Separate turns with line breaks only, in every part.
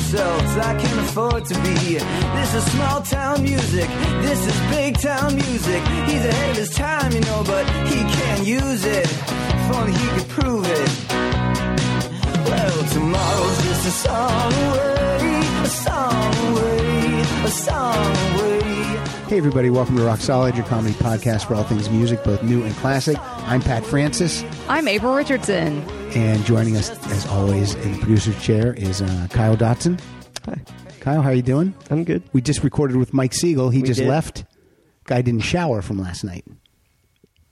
I can afford to be. This is small town music. This is big town music. He's ahead of his time, you know, but he can't use it. If only he could prove it. Well, tomorrow's just a song away, a song away, a song away.
Hey, everybody, welcome to Rock Solid, your comedy podcast for all things music, both new and classic. I'm Pat Francis,
I'm April Richardson.
and joining us, as always, in the producer's chair is uh, Kyle Dotson.
Hi.
Kyle, how you doing?
I'm good.
We just recorded with Mike Siegel. He just
did.
left. Guy didn't shower from last night.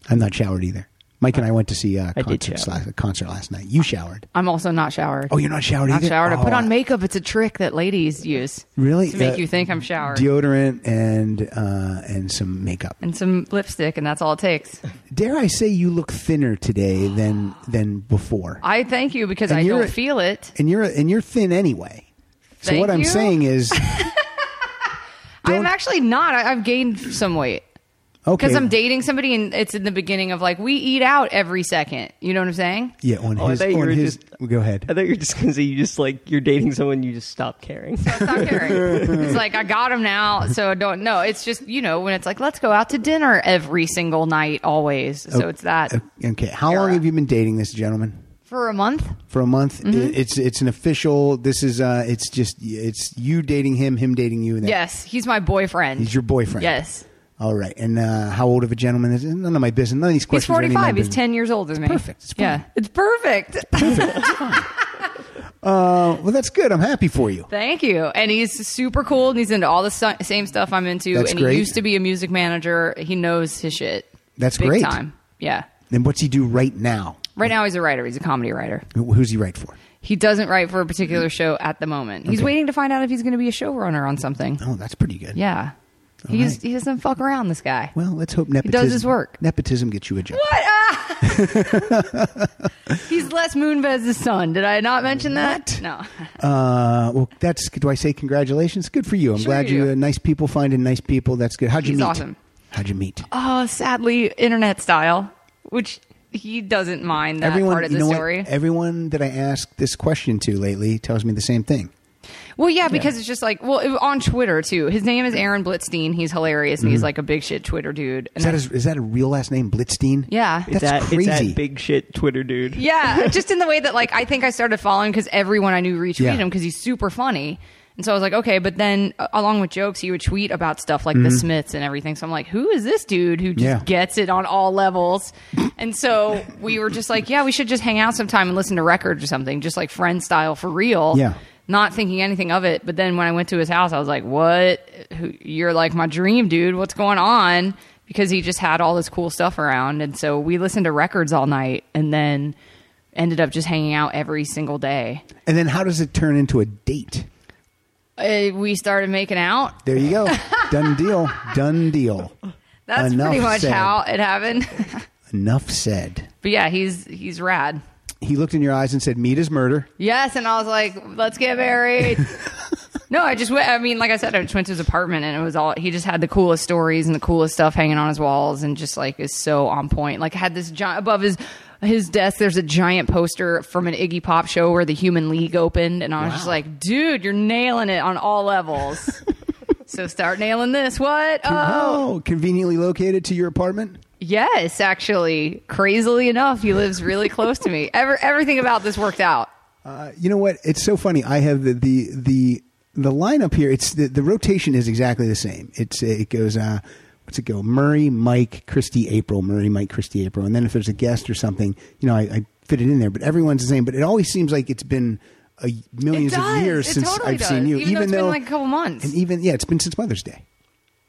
I'm not showered either. Mike and I went to see uh,
I did
concerts
shower.
last, a concert last night. You showered.
I'm also not showered.
Oh, you're not showered
not
either?
showered. I
Oh,
put on makeup. It's a trick that ladies use
Really?
to make
Uh,
you think I'm showered.
Deodorant and uh, and some makeup.
and some lipstick, and that's all it takes.
Dare I say you look thinner today than than before?
I thank you because
And
I
you're
don't
a-
feel it.
and you're and you're thin anyway. So
Thank
what I'm
you.
saying is,
I'm actually not. I, I've gained some weight
okay,
because I'm dating somebody, and it's in the beginning of like we eat out every second. You know what I'm saying?
yeah, on
Oh, I
his,
thought you
on
were
his,
just-
go
I
ahead.
thought you were just going to say you just like, you're dating someone, you just stop caring.
So I stopped caring. it's like I got him now, so I don't know. It's just you know when it's like let's go out to dinner every single night, always.
Oh,
So it's that
Okay, how long
Era.
have you been dating this gentleman?
for a month.
For a month,
Mm-hmm.
It- it's it's an official. This is uh, it's just it's you dating him, him dating you. And that-
Yes, he's my boyfriend.
he's your boyfriend.
Yes.
All right, and uh, how old of a gentleman is? it? None of my business. None of these
He's
questions. are any of my
45. He's
business.
10 years older than me.
perfect. It's fine.
yeah. It's perfect.
Uh, well, that's good. I'm happy for you.
Thank you. And he's super cool and he's into all the su- same stuff I'm into.
That's
and
great.
he used to be a music manager. He knows his shit.
That's
Big
great.
time. Yeah.
Then what's he do right now?
Right now he's a writer. He's a comedy writer.
Who- Who's he write for?
He doesn't write for a particular show at the moment. He's waiting to find out if he's going to be a showrunner on something.
Oh, that's pretty good.
Yeah. He's, He doesn't fuck around, this guy.
Well, let's hope nepotism
does his work.
Nepotism gets you a job.
What? Ah! he's Les Moonves' son. Did I not mention that? No.
Uh, well, that's do I say congratulations? Good for you. I'm
Sure
glad
you
you.
do.
Uh, nice people finding nice people. That's good. How'd you
He's
meet?
awesome.
How'd you meet?
Oh, sadly, internet style, which he doesn't mind that part of
you
the
know what? Eh,
story.
Everyone that I ask this question to lately tells me the same thing.
Well, yeah, because it's just like, well, it- on Twitter too. His name is Aaron Blitzstein. He's hilarious
Mm-hmm.
and he's like a big shit Twitter dude. And
Is that,
I-
his, is that a real last name, Blitzstein?
Yeah.
that's
It's
that,
crazy.
It's that big shit Twitter dude.
yeah, just in the way that like I think I started following because everyone I knew retweeted
Yeah.
him because he's super funny. And so I was like, okay, but then uh, along with jokes, he would tweet about stuff like the Smiths and everything. So I'm like, who is this dude who just
Mm-hmm. Yeah.
gets it on all levels? and so we were just like, yeah, we should just hang out sometime and listen to records or something, just like friend style for real.
Yeah.
Not thinking anything of it. But then when I went to his house, I was like, what? Who, you're like my dream dude. What's going on? Because he just had all this cool stuff around. And so we listened to records all night and then ended up just hanging out every single day.
and then how does it turn into a date?
Uh, we started making out.
There you go. Done deal. Done deal.
That's
Enough
pretty much
said.
how it happened.
Enough said.
but yeah, he's he's rad.
He looked in your eyes and said, "Meet is murder."
Yes, and I was like, let's get married. no, I just went. I mean, like I said, I just went to his apartment, and it was all. He just had the coolest stories and the coolest stuff hanging on his walls, and just like is so on point. Like had this giant above his his desk. There's a giant poster from an Iggy Pop show where the Human League opened, and I was just
Wow.
like, dude, you're nailing it on all levels. so start nailing this. What? Oh,
Oh, conveniently located to your apartment.
yes, actually, crazily enough, he lives really close to me. Ever everything about this worked out.
Uh, you know what? It's so funny. I have the the the, the lineup here. It's the, the rotation is exactly the same. It's it goes. Uh, what's it go? Murray, Mike, Christy, April. Murray, Mike, Christy, April. And then if there's a guest or something, you know, I, I fit it in there. But everyone's the same. But it always seems like it's been a millions
It
of
does.
years
It
since
totally
I've seen
does.
you.
Even though it's been like a couple months.
and even yeah, it's been since Mother's Day.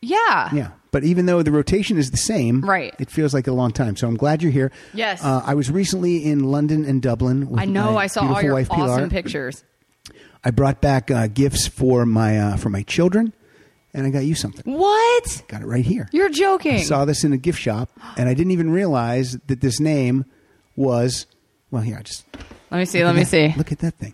Yeah.
Yeah, but even though the rotation is the same,
Right.
It feels like a long time. So I'm glad you're here.
Yes.
uh, I was recently in London and Dublin. With
I know.
my
I saw all
beautiful
your
wife, Pilar.
awesome pictures.
I brought back uh, gifts for my uh, for my children, and I got you something.
What?
Got it right here.
You're joking.
I saw this in a gift shop, and I didn't even realize that this name was. Well, here I just
Let me see. Let me see.
look at that thing.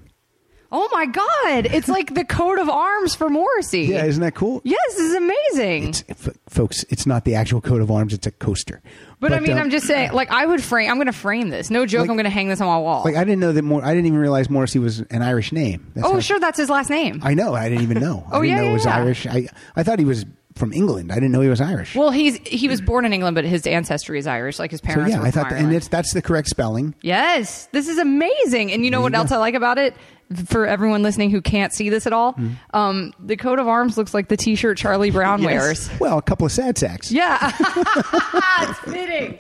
Oh my God. It's like the coat of arms for Morrissey.
Yeah, isn't that cool?
Yes, this is amazing.
It's, f- folks, it's not the actual coat of arms; it's a coaster.
but, I mean,
um,
I'm just saying, like, I would frame, I'm going to frame this. No joke,
Like-
I'm going to hang this on my wall.
like I didn't know that. More, I didn't even realize Morrissey was an Irish name. That's
oh,
how-
sure, that's his last name.
I know. I didn't even know.
Oh,
I didn't
yeah,
know
yeah,
it was
yeah.
Irish. I I thought he was from England. I didn't know he was Irish.
well, he's he was born in England, but his ancestry is Irish. Like his
so
parents.
yeah,
were
I thought,
from
that, and
Ireland.
it's that's the correct spelling.
Yes, this is amazing. And you know what else I like about it? For everyone listening who can't see this at all,
Hmm.
um, the coat of arms looks like the T-shirt Charlie Brown wears.
Well, a couple of sad sacks.
Yeah, it's fitting.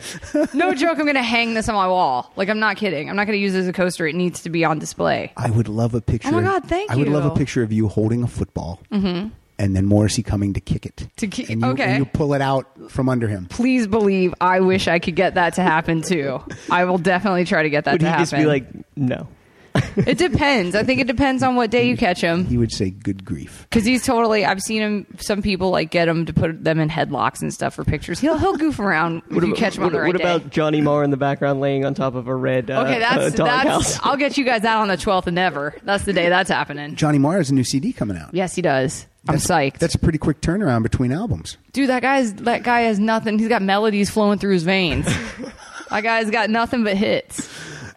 No joke. I'm going to hang this on my wall. Like I'm not kidding. I'm not going to use it as a coaster. It needs to be on display.
I would love a picture.
Oh my
of-
God, thank
I would love a
you. Mm-hmm.
picture of you holding a football, and then Morrissey coming to kick it.
To ki-
and you,
okay.
and you pull it out from under him.
Please believe. I wish I could get that to happen too. I will definitely try to get that
Would
to
he
happen.
just be like, no?
it depends. I think it depends on what day you catch him.
He would say, "Good grief."
Because he's totally. I've seen him. Some people like get him to put them in headlocks and stuff for pictures. He'll he'll goof around if you
ab-
catch him on
what-
the right
what about
day.
Johnny Marr in the background laying on top of a red uh,
Okay,
uh,
that's that's.
doghouse?
I'll get you guys that on the twelfth and ever. That's the day that's happening.
Johnny Marr has a new CD coming out.
Yes, he does. I'm
That's-
psyched,
That's a pretty quick turnaround between albums.
dude. That guy's that guy has nothing. He's got melodies flowing through his veins. that guy's got nothing but hits.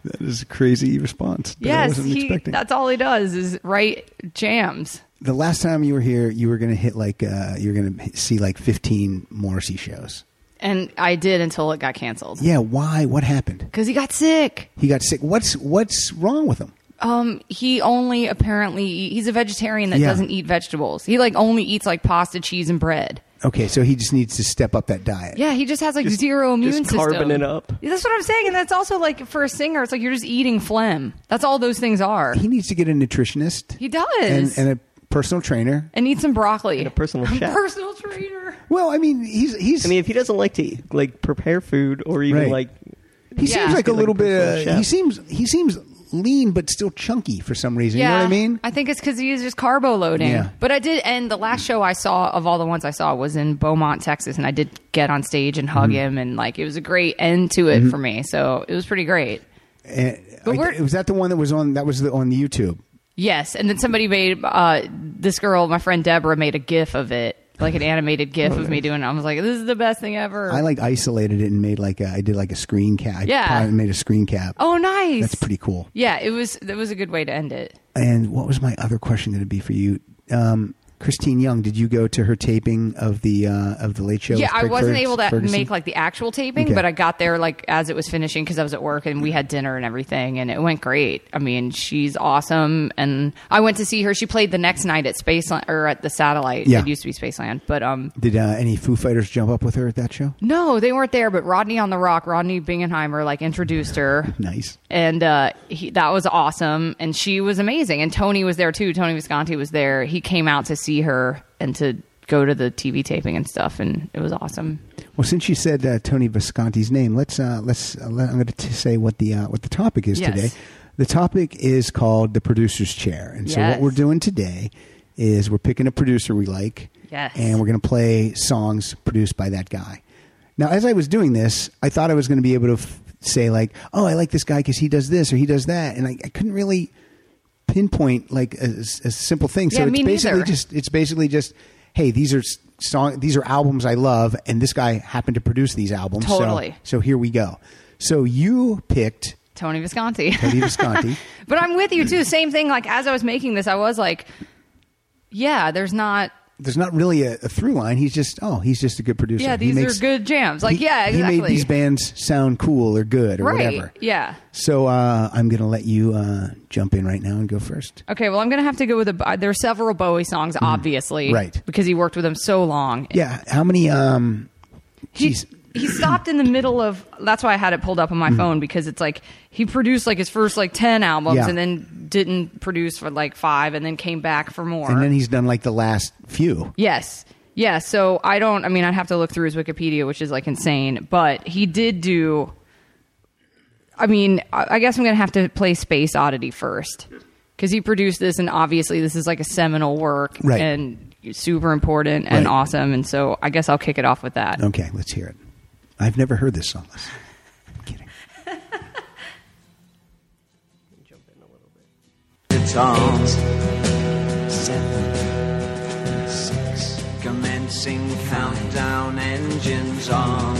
That is a crazy response. that I
yes,
wasn't
he.
expecting.
That's all he does is write jams.
the last time you were here, you were going to hit like uh, you were going to see like fifteen Morrissey shows.
And I did until it got canceled
Yeah, why? What happened?
because he got sick.
He got sick. What's what's wrong with him?
Um, he only apparently he's a vegetarian that
Yeah.
doesn't eat vegetables. He like only eats like pasta, cheese, and bread.
Okay, so he just needs to step up that diet.
Yeah, he just has like
Just-
zero
just
immune system.
carving it up.
Yeah, That's what I'm saying, and that's also like for a singer, it's like you're just eating phlegm. That's all those things are.
He needs to get a nutritionist.
He does.
and, and a personal trainer.
And eat some broccoli.
a personal chef.
Personal trainer.
Well, I mean, he's he's
I mean, if he doesn't like to like prepare food or even
Right.
like,
he
Yeah.
seems like a
Like a
little
personal
bit. Uh,
chef.
he seems he seems lean but still chunky for some reason. You know what I mean?
I think it's because he was just carbo loading.
Yeah.
But I did, and the last show I saw of all the ones I saw was in Beaumont, Texas, and I did get on stage and
Mm-hmm.
hug him, and like it was a great end to it for me. So it was pretty great.
And
But
I-
we're-
was that the one that was on that was the, on the YouTube?
Yes, and then somebody made uh, this girl, my friend Deborah, made a GIF of it, like an animated GIF of me doing. it. I was like, "This is the best thing ever."
I like isolated it and made like a, I did like a screen cap. I
Yeah.
probably made a screen cap.
oh, nice.
that's pretty cool.
Yeah, it was. That was a good way to end it.
And what was my other question going to be for you? Um, Christine Young, did you go to her taping of the uh, of the Late Show?
yeah,
with
I
Craig
wasn't
Fergus-
able to
Ferguson?
make like the actual taping,
Okay.
but I got there like as it was finishing because I was at work and we had dinner and everything, and it went great. I mean, she's awesome, and I went to see her. She played the next night at Spaceland or at the Satellite.
Yeah.
It used to be Spaceland, but um,
Did uh, any Foo Fighters jump up with her at that show?
no, they weren't there. But Rodney on the Rock, Rodney Bingenheimer, like introduced her.
Nice.
and uh, he, that was awesome. And she was amazing. And Tony was there too. Tony Visconti was there. He came out to see her and to go to the TV taping and stuff, and it was awesome.
Well, since you said uh, Tony Visconti's name, let's uh, let's uh, let, I'm going to say what the uh, what the topic is
Yes.
today. The topic is called the producer's chair, and so what
Yes.
we're doing today is we're picking a producer we like,
Yes.
and we're going to play songs produced by that guy. Now, as I was doing this, I thought I was going to be able to f- say like, "Oh, I like this guy because he does this or he does that," and I, I couldn't really pinpoint like a, a simple thing. so
Yeah,
it's
me
basically
neither.
just just- it's basically just hey these are s- song these are albums I love and this guy happened to produce these albums so-
Totally.
so, here we go so you picked
Tony Visconti.
Eddie Visconti
but I'm with you too. Same thing. Like as I was making this, I was like, yeah, there's not.
there's not really a, a through line he's just oh he's just a good producer
Yeah,
He
these
makes-
are good jams. Like
he-
yeah, exactly.
he made these bands sound cool or good or
right.
whatever
Yeah.
so uh, I'm gonna let you uh, jump in right now and go first
Okay, well, I'm gonna have to go with a. There are several Bowie songs, obviously,
Mm. Right.
Because he worked with them so long.
yeah how many um
he,
jeez Mm.
he stopped in the middle of that's why i had it pulled up on my phone because it's like he produced like his first like 10 albums
Yeah.
and then didn't produce for like five and then came back for more
and then he's done like the last few
yes yeah so i don't i mean i'd have to look through his wikipedia which is like insane but he did do i mean i I guess i'm gonna have to play space oddity first because he produced this and obviously this is like a seminal work
Right.
and super important and
Right.
awesome and so i guess i'll kick it off with that
Okay, let's hear it. I've never heard this song. Listen. I'm kidding.
It's
songs. Seven, six, commencing countdown engines on.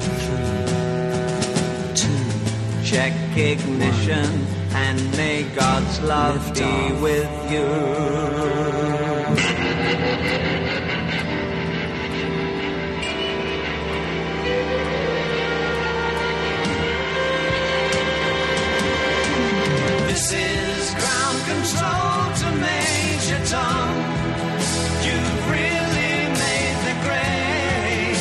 Three, two, check ignition, and may God's love be with you. This is ground control to Major Tom. You've really made the grade.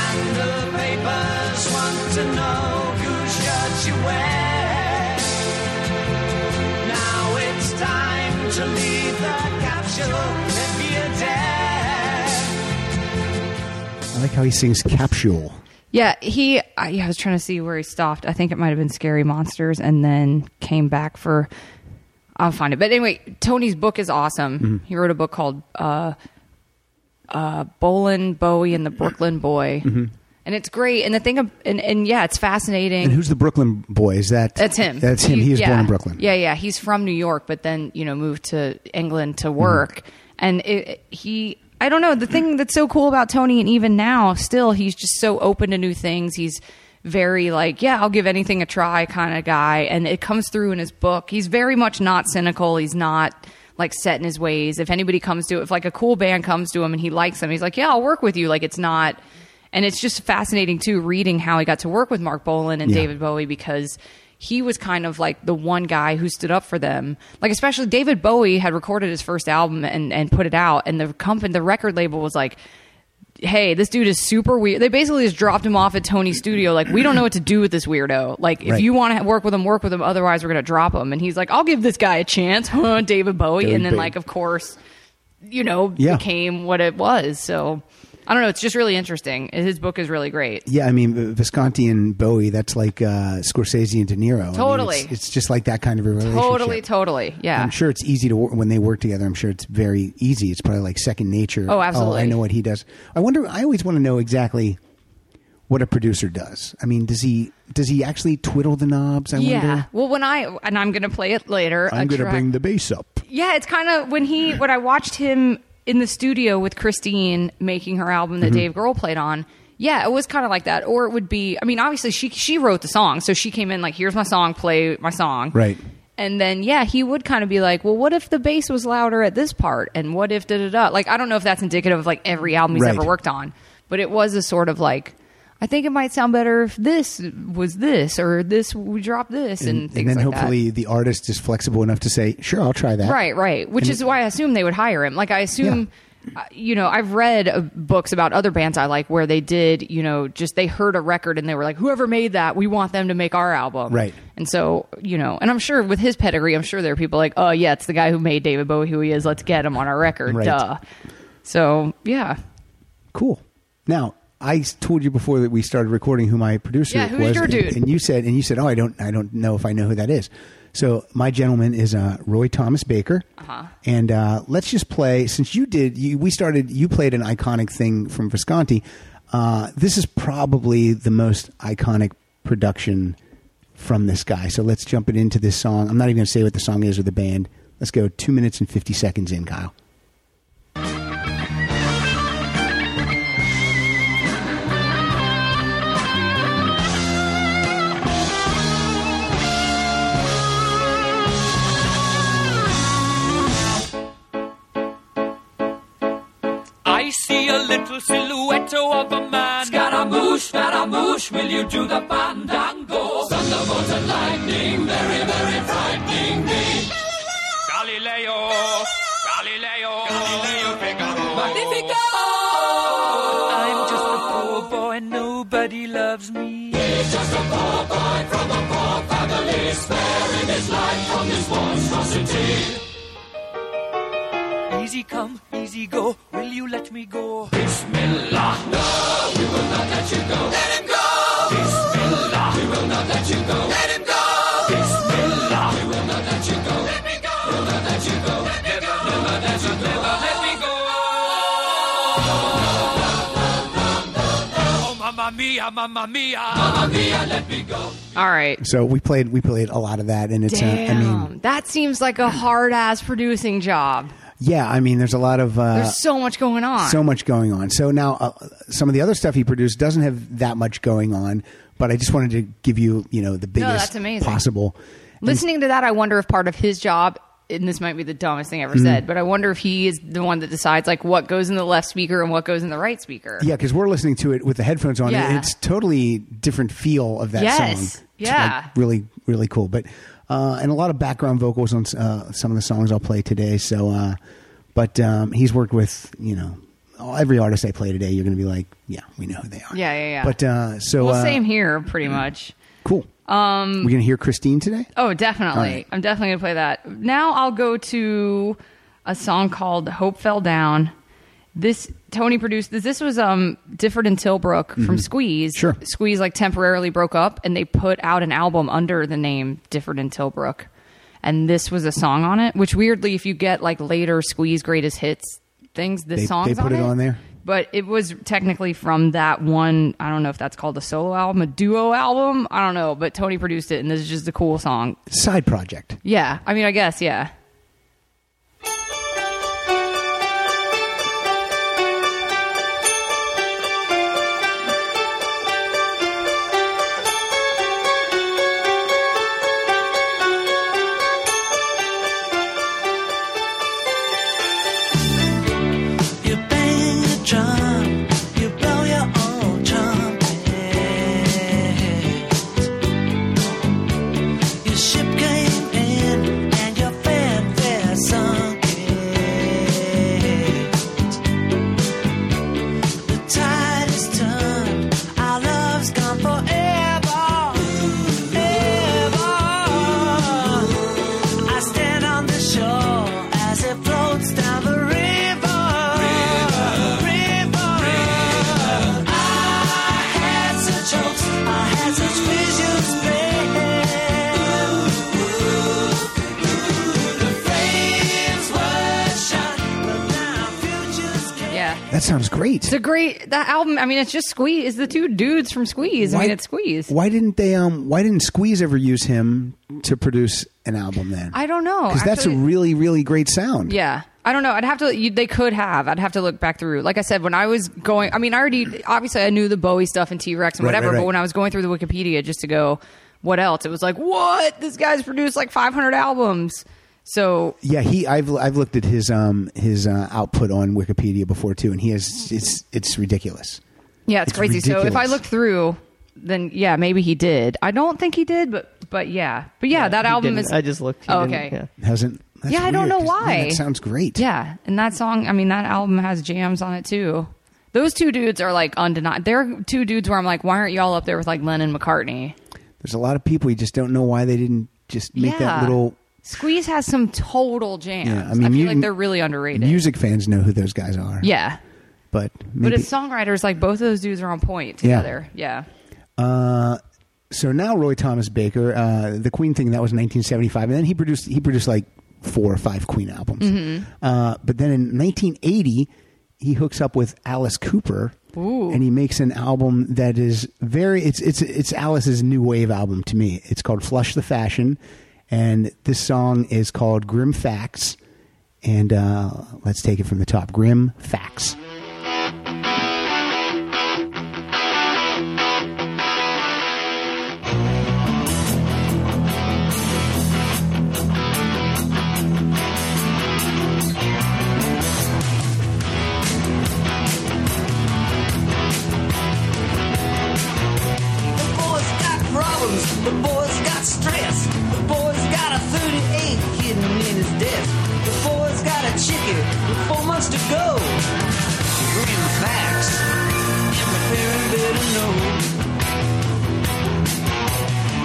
And the papers want to know whose shirt you wear. Now it's time to leave the capsule if you dare.
I like how he sings capsule.
Yeah, he. I, yeah, I was trying to see where he stopped. I think it might have been Scary Monsters, and then came back for. I'll find it. But anyway, Tony's book is awesome. He wrote a book called uh, uh, "Bolin Bowie and the Brooklyn Boy," and it's great. And the thing, ab- and, and yeah, it's fascinating.
And who's the Brooklyn boy? Is that
That's him.
That's him. He was
yeah.
born in Brooklyn.
Yeah, yeah. He's from New York, but then you know moved to England to
Mm-hmm.
work. And it, he, I don't know. The thing that's so cool about Tony, and even now, still, he's just so open to new things. He's very like, yeah, I'll give anything a try kind of guy, and it comes through in his book. He's very much not cynical. He's not like set in his ways. If anybody comes to, if like a cool band comes to him and he likes them, he's like, yeah, I'll work with you. Like it's not. And it's just fascinating too, reading how he got to work with Mark Bolan and
Yeah.
David Bowie because he was kind of like the one guy who stood up for them. Like especially David Bowie had recorded his first album and, and put it out, and the company, the record label was like, "Hey, this dude is super weird." They basically just dropped him off at Tony's studio, like, "We don't know what to do with this weirdo. Like, if
Right.
you want to work with him, work with him. Otherwise, we're gonna drop him." And he's like, "I'll give this guy a chance, huh, David Bowie."
David
and then
Bowie.
like, of course, you know,
Yeah.
became what it was. So. I don't know. It's just really interesting. His book is really great.
Yeah, I mean V- Visconti and Bowie. That's like uh, Scorsese and De Niro. I mean,
Totally.
it's, it's just like that kind of a relationship.
Totally, totally. Yeah.
I'm sure it's easy to work when they work together. I'm sure it's very easy. It's probably like second nature.
Oh, absolutely.
I know what he does. I wonder. I always want to know exactly what a producer does. I mean, does he does he actually twiddle the knobs? I
Yeah.
wonder.
Well, when I and I'm going to play it later. a
I'm going to
track-
bring the bass up.
Yeah, it's kind of when he when I watched him in the studio with Christine making her album that
Mm-hmm.
Dave Grohl played on. Yeah, it was kind of like that. Or it would be. I mean, obviously she she wrote the song, so she came in like, "Here's my song. Play my song."
Right.
And then yeah, he would kind of be like, "Well, what if the bass was louder at this part? And what if da da da?" Like I don't know if that's indicative of like every album he's
Right.
ever worked on, but it was a sort of like. I think it might sound better if this was this or this we drop this and, things
then
like that.
hopefully the artist is flexible enough to say, "Sure, I'll try that."
Right, right. Which is why I assume they would hire him. Like I assume, uh, you know, I've read uh, books about other bands I like where they did, you know, just they heard a record and they were like, whoever made that, we want them to make our album.
Right.
And so, you know, and I'm sure with his pedigree, I'm sure there are people like, oh yeah, it's the guy who made David Bowie who he is. Let's get him on our record.
Right.
Duh. So yeah,
Cool. Now, I s- told you before that we started recording who my producer
Yeah, who's
was,
your
and,
dude?
and you said, and you said, oh, I don't, I don't know if I know who that is. So my gentleman is uh, Roy Thomas Baker, uh-huh. and uh, let's just play. Since you did, you, we started. You played an iconic thing from Visconti. Uh, this is probably the most iconic production from this guy. So let's jump it into this song. I'm not even going to say what the song is or the band. Let's go two minutes and fifty seconds in, Kyle.
I see a little silhouette of a man. Scaramouche, Scaramouche, will you do the fandango? Thunderbolt and lightning, very, very frightening me. Galileo, Galileo, Galileo Figaro. Magnifico! I'm just a poor boy, nobody loves me. He's just a poor boy from a poor family, sparing his life from this monstrosity. Easy come, easy go. Will you let me go? Bismillah. No, we will not let you go. Let him go. Bismillah. We will not let you go. Let him go. Bismillah. We will not let you go. Let me go. We'll not let you go. Let me go. Never let you go. Never let me go. Oh, my Mamma mia, mamma mia. Mamma mia, let me go.
All right.
So we played we played a lot of that, and it's uh, I
Damn.
mean
that seems like a hard ass producing job.
yeah, I mean there's a lot of uh,
There's so much going on.
so much going on. So now uh, some of the other stuff he produced doesn't have that much going on, but I just wanted to give you you know the biggest
that's amazing.
possible.
Listening to that, I wonder if part of his job, and this might be the dumbest thing I
Mm-hmm.
ever said, but I wonder if he is the one that decides like what goes in the left speaker and what goes in the right speaker.
Yeah, because we're listening to it with the headphones on.
Yeah.
And it's totally different feel of that
Yes.
song. It's,
Yeah.
like, really, really cool. But uh, and a lot of background vocals on uh, some of the songs I'll play today. So, uh, but um, he's worked with you know all- every artist I play today. You're going to be like, yeah, we know who they are.
Yeah, yeah, yeah.
But uh, so
Well,
uh,
same here, pretty much.
Cool. Um, we're going to hear Christine today.
Oh, definitely.
All right.
I'm definitely going to play that. Now I'll go to a song called Hope Fell Down. This Tony produced this. This was um Difford and Tilbrook from Squeeze.
Mm-hmm. Sure.
Squeeze like temporarily broke up and they put out an album under the name Difford and Tilbrook. And this was a song on it, which weirdly if you get like later Squeeze greatest hits things, this
They-
song's
they put
on
it on there?
But it was technically from that one. I don't know if that's called a solo album, a duo album. I don't know, but Tony produced it, and this is just a cool song.
Side project.
Yeah. I mean, I guess, yeah.
You bang your drum, you blow your own trumpet. Your ship came in and your fanfare sunk it. The tide is turned, our love's gone forever, ever. I stand on the shore as it floats down the river. River. I had such hopes, I had such visions planned. The flames were shot, but now futures can
Yeah.
That sounds great.
It's a great that album. I mean, it's just Squeeze. It's the two dudes from Squeeze. I mean, it's Squeeze.
Why didn't they? Um, why didn't Squeeze ever use him to produce an album? Then
I don't know.
because that's a
Actually-
really, really great sound.
Yeah. I don't know. I'd have to. You, they could have. I'd have to look back through. Like I said, when I was going, I mean, I already obviously I knew the Bowie stuff and T Rex and
Right,
whatever.
right, right.
But when I was going through the Wikipedia just to go, what else? It was like, what? This guy's produced like 500 albums. So
Yeah, he. I've I've looked at his um his uh, output on Wikipedia before too, and he has it's it's ridiculous.
Yeah, it's,
It's
crazy. So if I
ridiculous.
look through, then yeah, maybe he did. I don't think he did, but but yeah, but yeah, that
He
album
didn't.
is.
I just looked. He
Oh,
didn't,
okay.
yeah.
Hasn't. that's
Yeah, I don't
weird,
know
'cause, man,
why.
that sounds great.
Yeah, and that song. I mean, that album has jams on it too. Those two dudes are like undeniable. They're two dudes where I'm like, why aren't y'all up there with like Lennon McCartney?
There's a lot of people you just don't know why they didn't just make
Yeah.
that little.
Squeeze has some total jams.
Yeah,
I,
I mean,
feel
mu-
like they're really underrated.
Music fans know who those guys are.
yeah,
but
but
maybe,
as songwriters, like both of those dudes are on point
Yeah.
together. Yeah,
uh, so now Roy Thomas Baker, uh, the Queen thing that was 1975, and then he produced he produced like four or five Queen albums. Uh, but then in 1980, he hooks up with Alice Cooper, and he makes an album that is very it's it's it's Alice's new wave album to me. It's called Flush the Fashion, and this song is called Grim Facts. And uh, let's take it from the top. Grim Facts.
The boy's got problems, the boy's got stress, the boy's got a 38 hidden in his desk, the boy's got a chicken with four months to go. Grim facts, and the parent better know.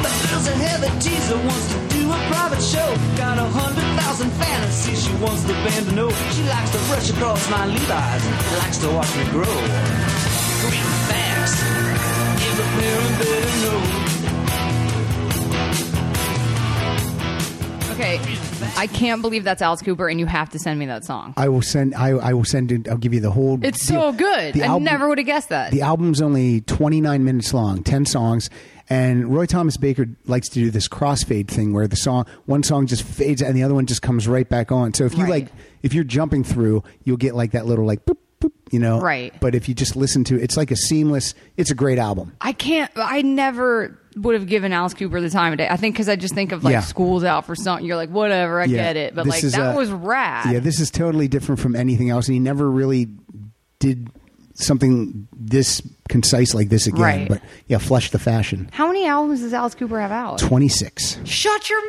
The girl's a heavy teaser, wants to do a private show. Got a hundred thousand fantasies she wants the band to know. She likes to brush across my Levi's, likes to watch me grow. Grim facts. Every parent better know.
Okay, I can't believe that's Alice Cooper, and you have to send me that song.
I will send. I, I will send. it- I'll give you the whole.
It's
deal.
so good.
The
I
album-
never would have guessed that.
The album's only 29 minutes long, 10 songs, and Roy Thomas Baker likes to do this crossfade thing where the song one song just fades and the other one just comes right back on. So if you
Right.
like if you're jumping through, you'll get like that little like boop boop, you know.
Right.
But if you just listen to it, it's like a seamless it's a great album.
I can't. I never would have given Alice Cooper the time of day. I think because I just think of like
Yeah.
school's out for something. You're like, whatever, I get it. But
this
like
is
that
a-
was rad.
Yeah, this is totally different from anything else and he never really did something this concise like this again.
Right.
But yeah, flush the fashion.
How many albums does Alice Cooper have out?
26.
Shut your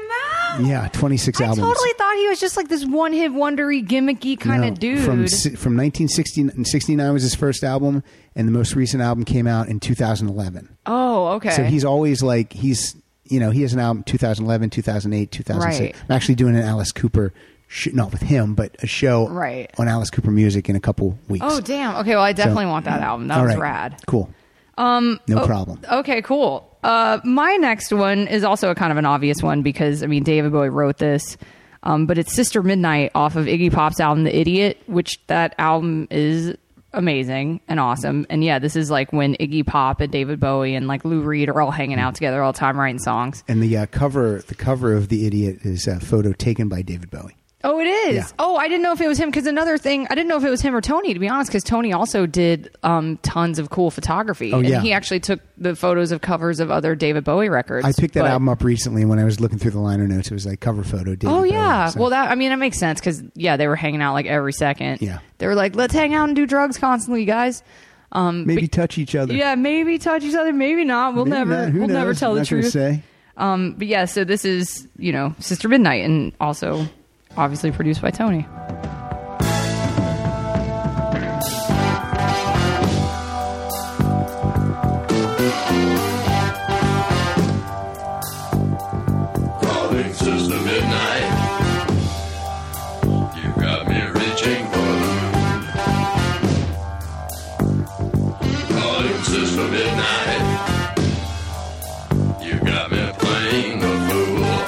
mouth.
Yeah, 26
I
albums.
totally thought he was just like this one hit wondery, gimmicky kind
No,
of dude.
From si- from 1969 and 69 was his first album, and the most recent album came out in 2011.
oh, okay.
So he's always like he's you know he has an album 2011, 2008, 2006.
Right.
I'm actually doing an Alice Cooper, sh- not with him, but a show
Right.
on Alice Cooper music in a couple weeks.
oh, damn. Okay, well, I definitely want that album. That
All
was
right.
rad. oh.
Cool. Um, no problem.
Okay, cool. Uh, my next one is also a kind of an obvious one because I mean David Bowie wrote this, um, but it's Sister Midnight off of Iggy Pop's album The Idiot, which that album is amazing and awesome. And yeah, this is like when Iggy Pop and David Bowie and like Lou Reed are all hanging out together all the time writing songs.
And the uh, cover the cover of the idiot is a photo taken by David Bowie.
Oh, it is.
Yeah.
Oh, I didn't know if it was him because another thing, I didn't know if it was him or Tony to be honest, because Tony also did um, tons of cool photography,
Oh, yeah.
and he actually took the photos of covers of other David Bowie records.
I picked that
but-
album up recently when I was looking through the liner notes. It was like cover photo. David
Oh
Bowie,
yeah.
so-
Well, that I mean, that makes sense because yeah, they were hanging out like every second.
Yeah.
They were like, let's hang out and do drugs constantly, you guys.
maybe touch each other.
Yeah, maybe touch each other, maybe not. We'll
Maybe
never,
not. Who
we'll never
knows?
tell
I'm
the
not gonna
truth.
Say.
But yeah, so this is you know Sister Midnight, and also obviously produced by Tony.
Calling Sister Midnight. You got me reaching for the moon. Calling Sister Midnight. You got me playing the fool.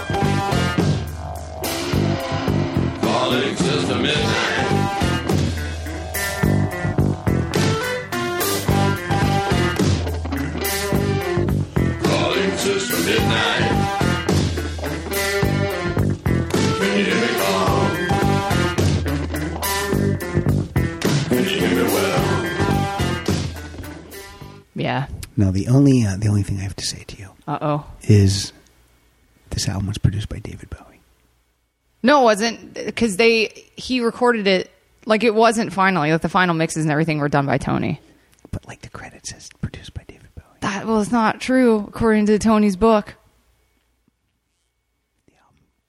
Calling Sister Midnight. Calling Sister Midnight. Can you hear me call? Can you hear me well?
Yeah.
No, the only uh, the only thing I have to say to you
Uh oh.
is this album was produced by David Bowie.
No, it wasn't because they he recorded it like it wasn't finally like the final mixes and everything were done by Tony.
But like the credit says produced by David Bowie.
That was not true according to Tony's book.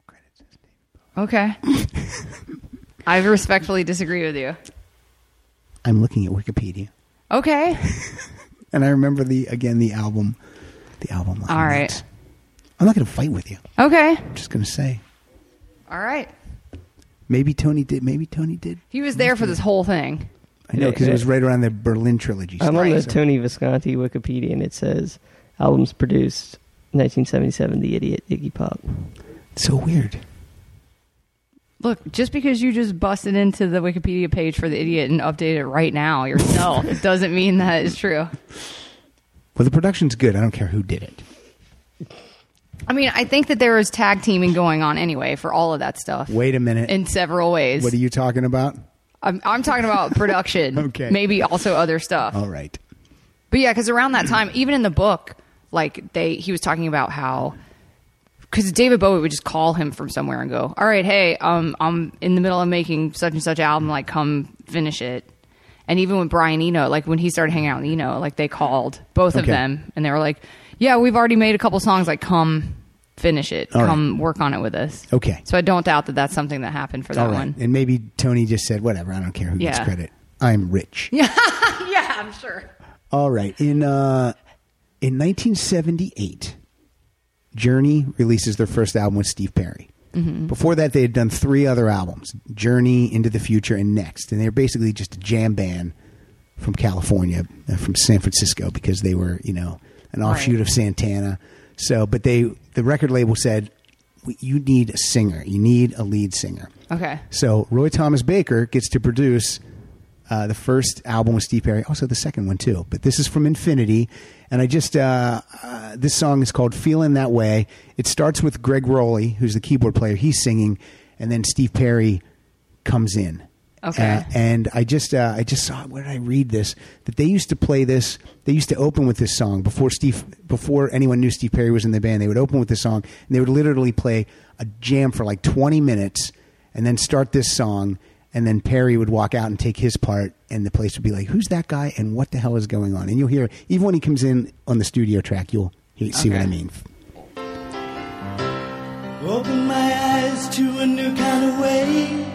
Credit says David.
Okay. I respectfully disagree with you.
I'm looking at Wikipedia.
Okay.
And I remember the again the album the album line
All right.
notes. I'm not gonna fight with you.
Okay.
I'm just gonna say.
All right.
Maybe Tony did maybe Tony did.
He was there for this whole thing.
I know because it was right around the Berlin trilogy.
I'm on the
So-
Tony Visconti Wikipedia, and it says albums produced 1977, The Idiot, Iggy Pop.
so weird.
Look, just because you just busted into the Wikipedia page for the idiot and updated it right now yourself doesn't mean that is true.
Well the production's good. I don't care who did it.
I mean, I think that there is tag teaming going on anyway for all of that stuff
Wait a minute.
in several ways.
what are you talking about?
I'm, I'm talking about production,
Okay.
maybe also other stuff.
All right.
But yeah, because around that time, even in the book, like they, he was talking about how, because David Bowie would just call him from somewhere and go, "All right, hey, um, I'm in the middle of making such and such album. Like, come finish it." And even with Brian Eno, like when he started hanging out with Eno, like they called both of
Okay.
them and they were like, "Yeah, we've already made a couple songs. Like, come finish it.
All right.
come work on it with us."
Okay.
So I don't doubt that that's something that happened for that
All right.
one.
And maybe Tony just said, whatever, I don't care who gets
Yeah.
credit. I'm rich.
yeah, I'm sure.
All right. In, uh, in 1978, Journey releases their first album with Steve Perry.
Mm-hmm.
Before that, they had done three other albums Journey, Into the Future, and Next. And they were basically just a jam band from California, uh, from San Francisco, because they were, you know, an offshoot
Right.
of Santana. So, but they, the record label said, we- you need a singer. You need a lead singer.
Okay.
So Roy Thomas Baker gets to produce uh, the first album with Steve Perry, also the second one too. But this is from Infinity, and I just uh, uh, this song is called "Feeling That Way." It starts with Greg Rowley, who's the keyboard player. He's singing, and then Steve Perry comes in.
Okay.
Uh, and I just uh, I just saw where did I read this that they used to play this they used to open with this song before Steve before anyone knew Steve Perry was in the band they would open with this song and they would literally play a jam for like 20 minutes and then start this song and then Perry would walk out and take his part and the place would be like who's that guy and what the hell is going on and you'll hear even when he comes in on the studio track you'll hear, see what
Okay.
I mean
Open my eyes to a new kind of way.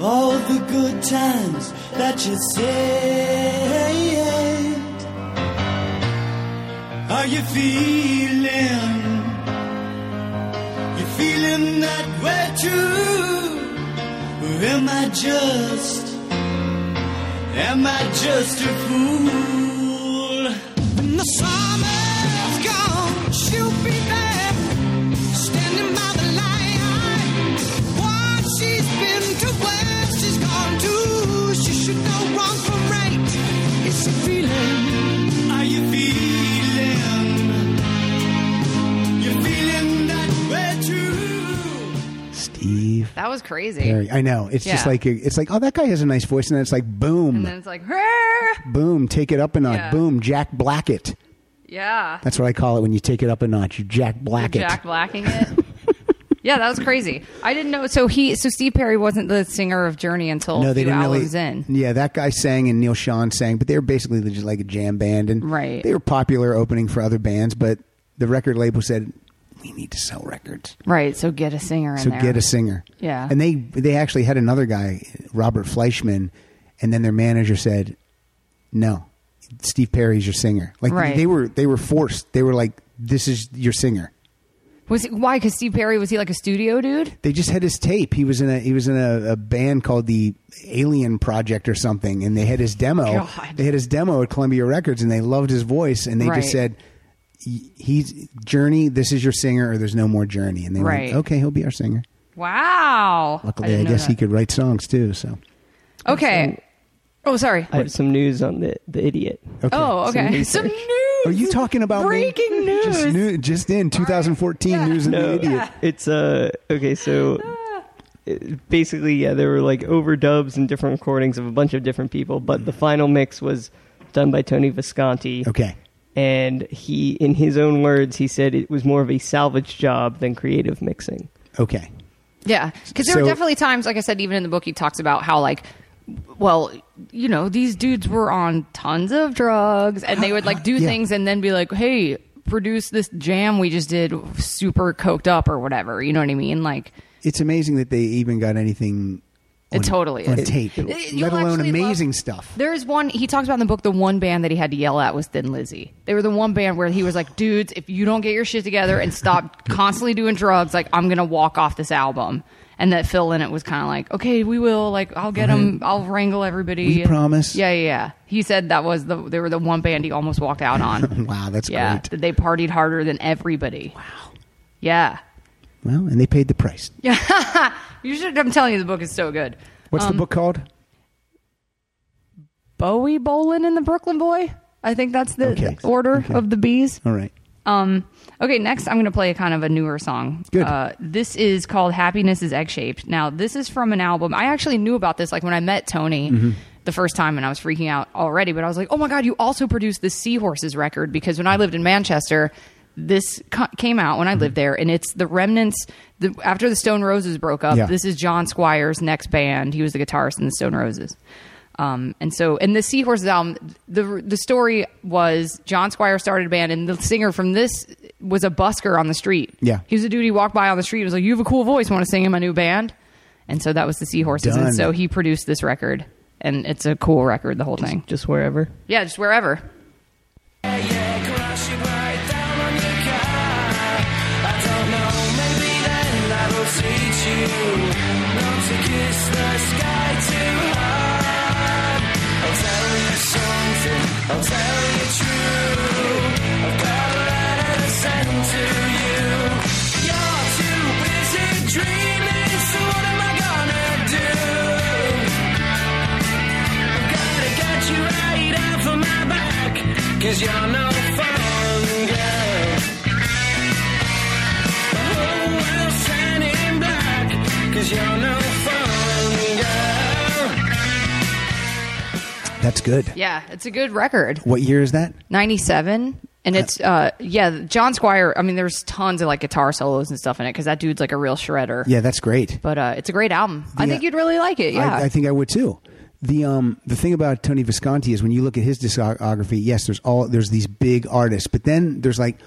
All the good times that you saved. Are you feeling? You feeling that way too? Or am I just? Am I just a fool?
When the summer's gone, she'll be there, standing by the light. What she's been to, where she's gone to, she should know wrong from right. It's a feeling.
Are you feeling? You're feeling that way too.
Steve
That was crazy.
Perry I know it's just
Yeah.
like it's like oh that guy has a nice voice and then it's like boom
And then it's like, "Rrr."
boom take it up a notch
Yeah.
boom Jack Blackett
yeah.
That's what I call it when you take it up a notch. You Jack Black it.
Jack blacking it. yeah, that was crazy. I didn't know. So he, so Steve Perry wasn't the singer of Journey until a few albums in.
Yeah, that guy sang and Neil Sean sang, but they were basically just like a jam band, and
Right.
they were popular opening for other bands. But the record label said we need to sell records,
Right. So get a singer in
so
there.
get a singer.
Yeah.
and they they actually had another guy, Robert Fleischman, and then their manager said, "No, Steve Perry's your singer." Like
Right.
they were they were forced. They were like, "This is your singer."
Was he, why? Because Steve Perry was he like a studio dude?
they just had his tape. He was in a he was in a, a band called the Alien Project or something, and they had his demo.
God.
They had his demo at Columbia Records, and they loved his voice, and they
Right.
just said, "He- "He's Journey. This is your singer, or there's no more Journey." And they
Right.
went, "Okay, he'll be our singer."
Wow.
Luckily, I,
didn't know
guess he
that.
could write songs too. So,
Okay. Oh, sorry.
I have some news on the, the idiot.
okay.
oh, okay.
Some
Some
research.
news.
Are you talking about me?
breaking news?
Just, new, just in 2014 news and the
No,
idiot.
it's uh okay. So
Ah.
it- basically, yeah, there were like overdubs and different recordings of a bunch of different people, but
Mm.
the final mix was done by Tony Visconti.
Okay,
and he, in his own words, he said it was more of a salvage job than creative mixing.
okay.
Yeah, because there
So-
were definitely times, like I said, even in the book, he talks about how like. Well, you know, these dudes were on tons of drugs and they would like do
Yeah.
things and then be like, hey, produce this jam we just did super coked up or whatever. You know what I mean? Like,
It's amazing that they even got anything.
It
on-
totally
on
is.
tape,
You'll
let alone
actually love-
amazing stuff.
There's one he talks about in the book. The one band that he had to yell at was Thin Lizzy. They were the one band where he was like, "Dudes, if you don't get your shit together and stop constantly doing drugs, like I'm gonna walk off this album." And that Phil in it was kind of like, "Okay, we will. Like I'll get them. I'll wrangle everybody.
We promise.
Yeah, yeah, yeah. He said that was the they were the one band he almost walked out on.
Wow, that's
yeah,
great.
that they partied harder than everybody. Wow. Yeah.
Well, and they paid the price.
You should. I'm telling you, the book is so good.
What's
um,
the book called?
Bowie Bolin and the Brooklyn Boy. I think that's the
Okay.
order of the bees.
All right.
Um, okay, next I'm going to play a kind of a newer song.
Good.
Uh, this is called Happiness is Egg Shaped. Now, this is from an album. I actually knew about this like when I met Tony the first time and I was freaking out already, but I was like, oh my God, you also produced the Seahorses record because when I lived in Manchester, this co- came out when I lived there, and it's the remnants. The, after the Stone Roses broke up,
Yeah.
this is John Squire's next band. He was the guitarist in the Stone Roses. Um, and so, in the Seahorses album, the the story was John Squire started a band, and the singer from this was a busker on the street.
Yeah.
he was a dude he walked by on the street. and was like, "You have a cool voice. Want to sing in my new band?" And so that was the Seahorses.
Done.
And so he produced this record, and it's a cool record. The whole thing.
Just wherever.
Yeah, just wherever.
I'll tell you true. I've got a lot of Cause you're no fun, girl. The whole world's turning black. Cause you're no fun, girl.
That's good.
Yeah, it's a good record.
What year is that?
97 and it's uh yeah, John Squire, I mean there's tons of like guitar solos and stuff in it cuz that dude's like a real shredder.
Yeah, that's great.
But uh it's a great album. I
The, uh,
think you'd really like it. Yeah.
I, I think I would too. The um the thing about Tony Visconti is when you look at his discography, yes, there's all there's these big artists, but then there's like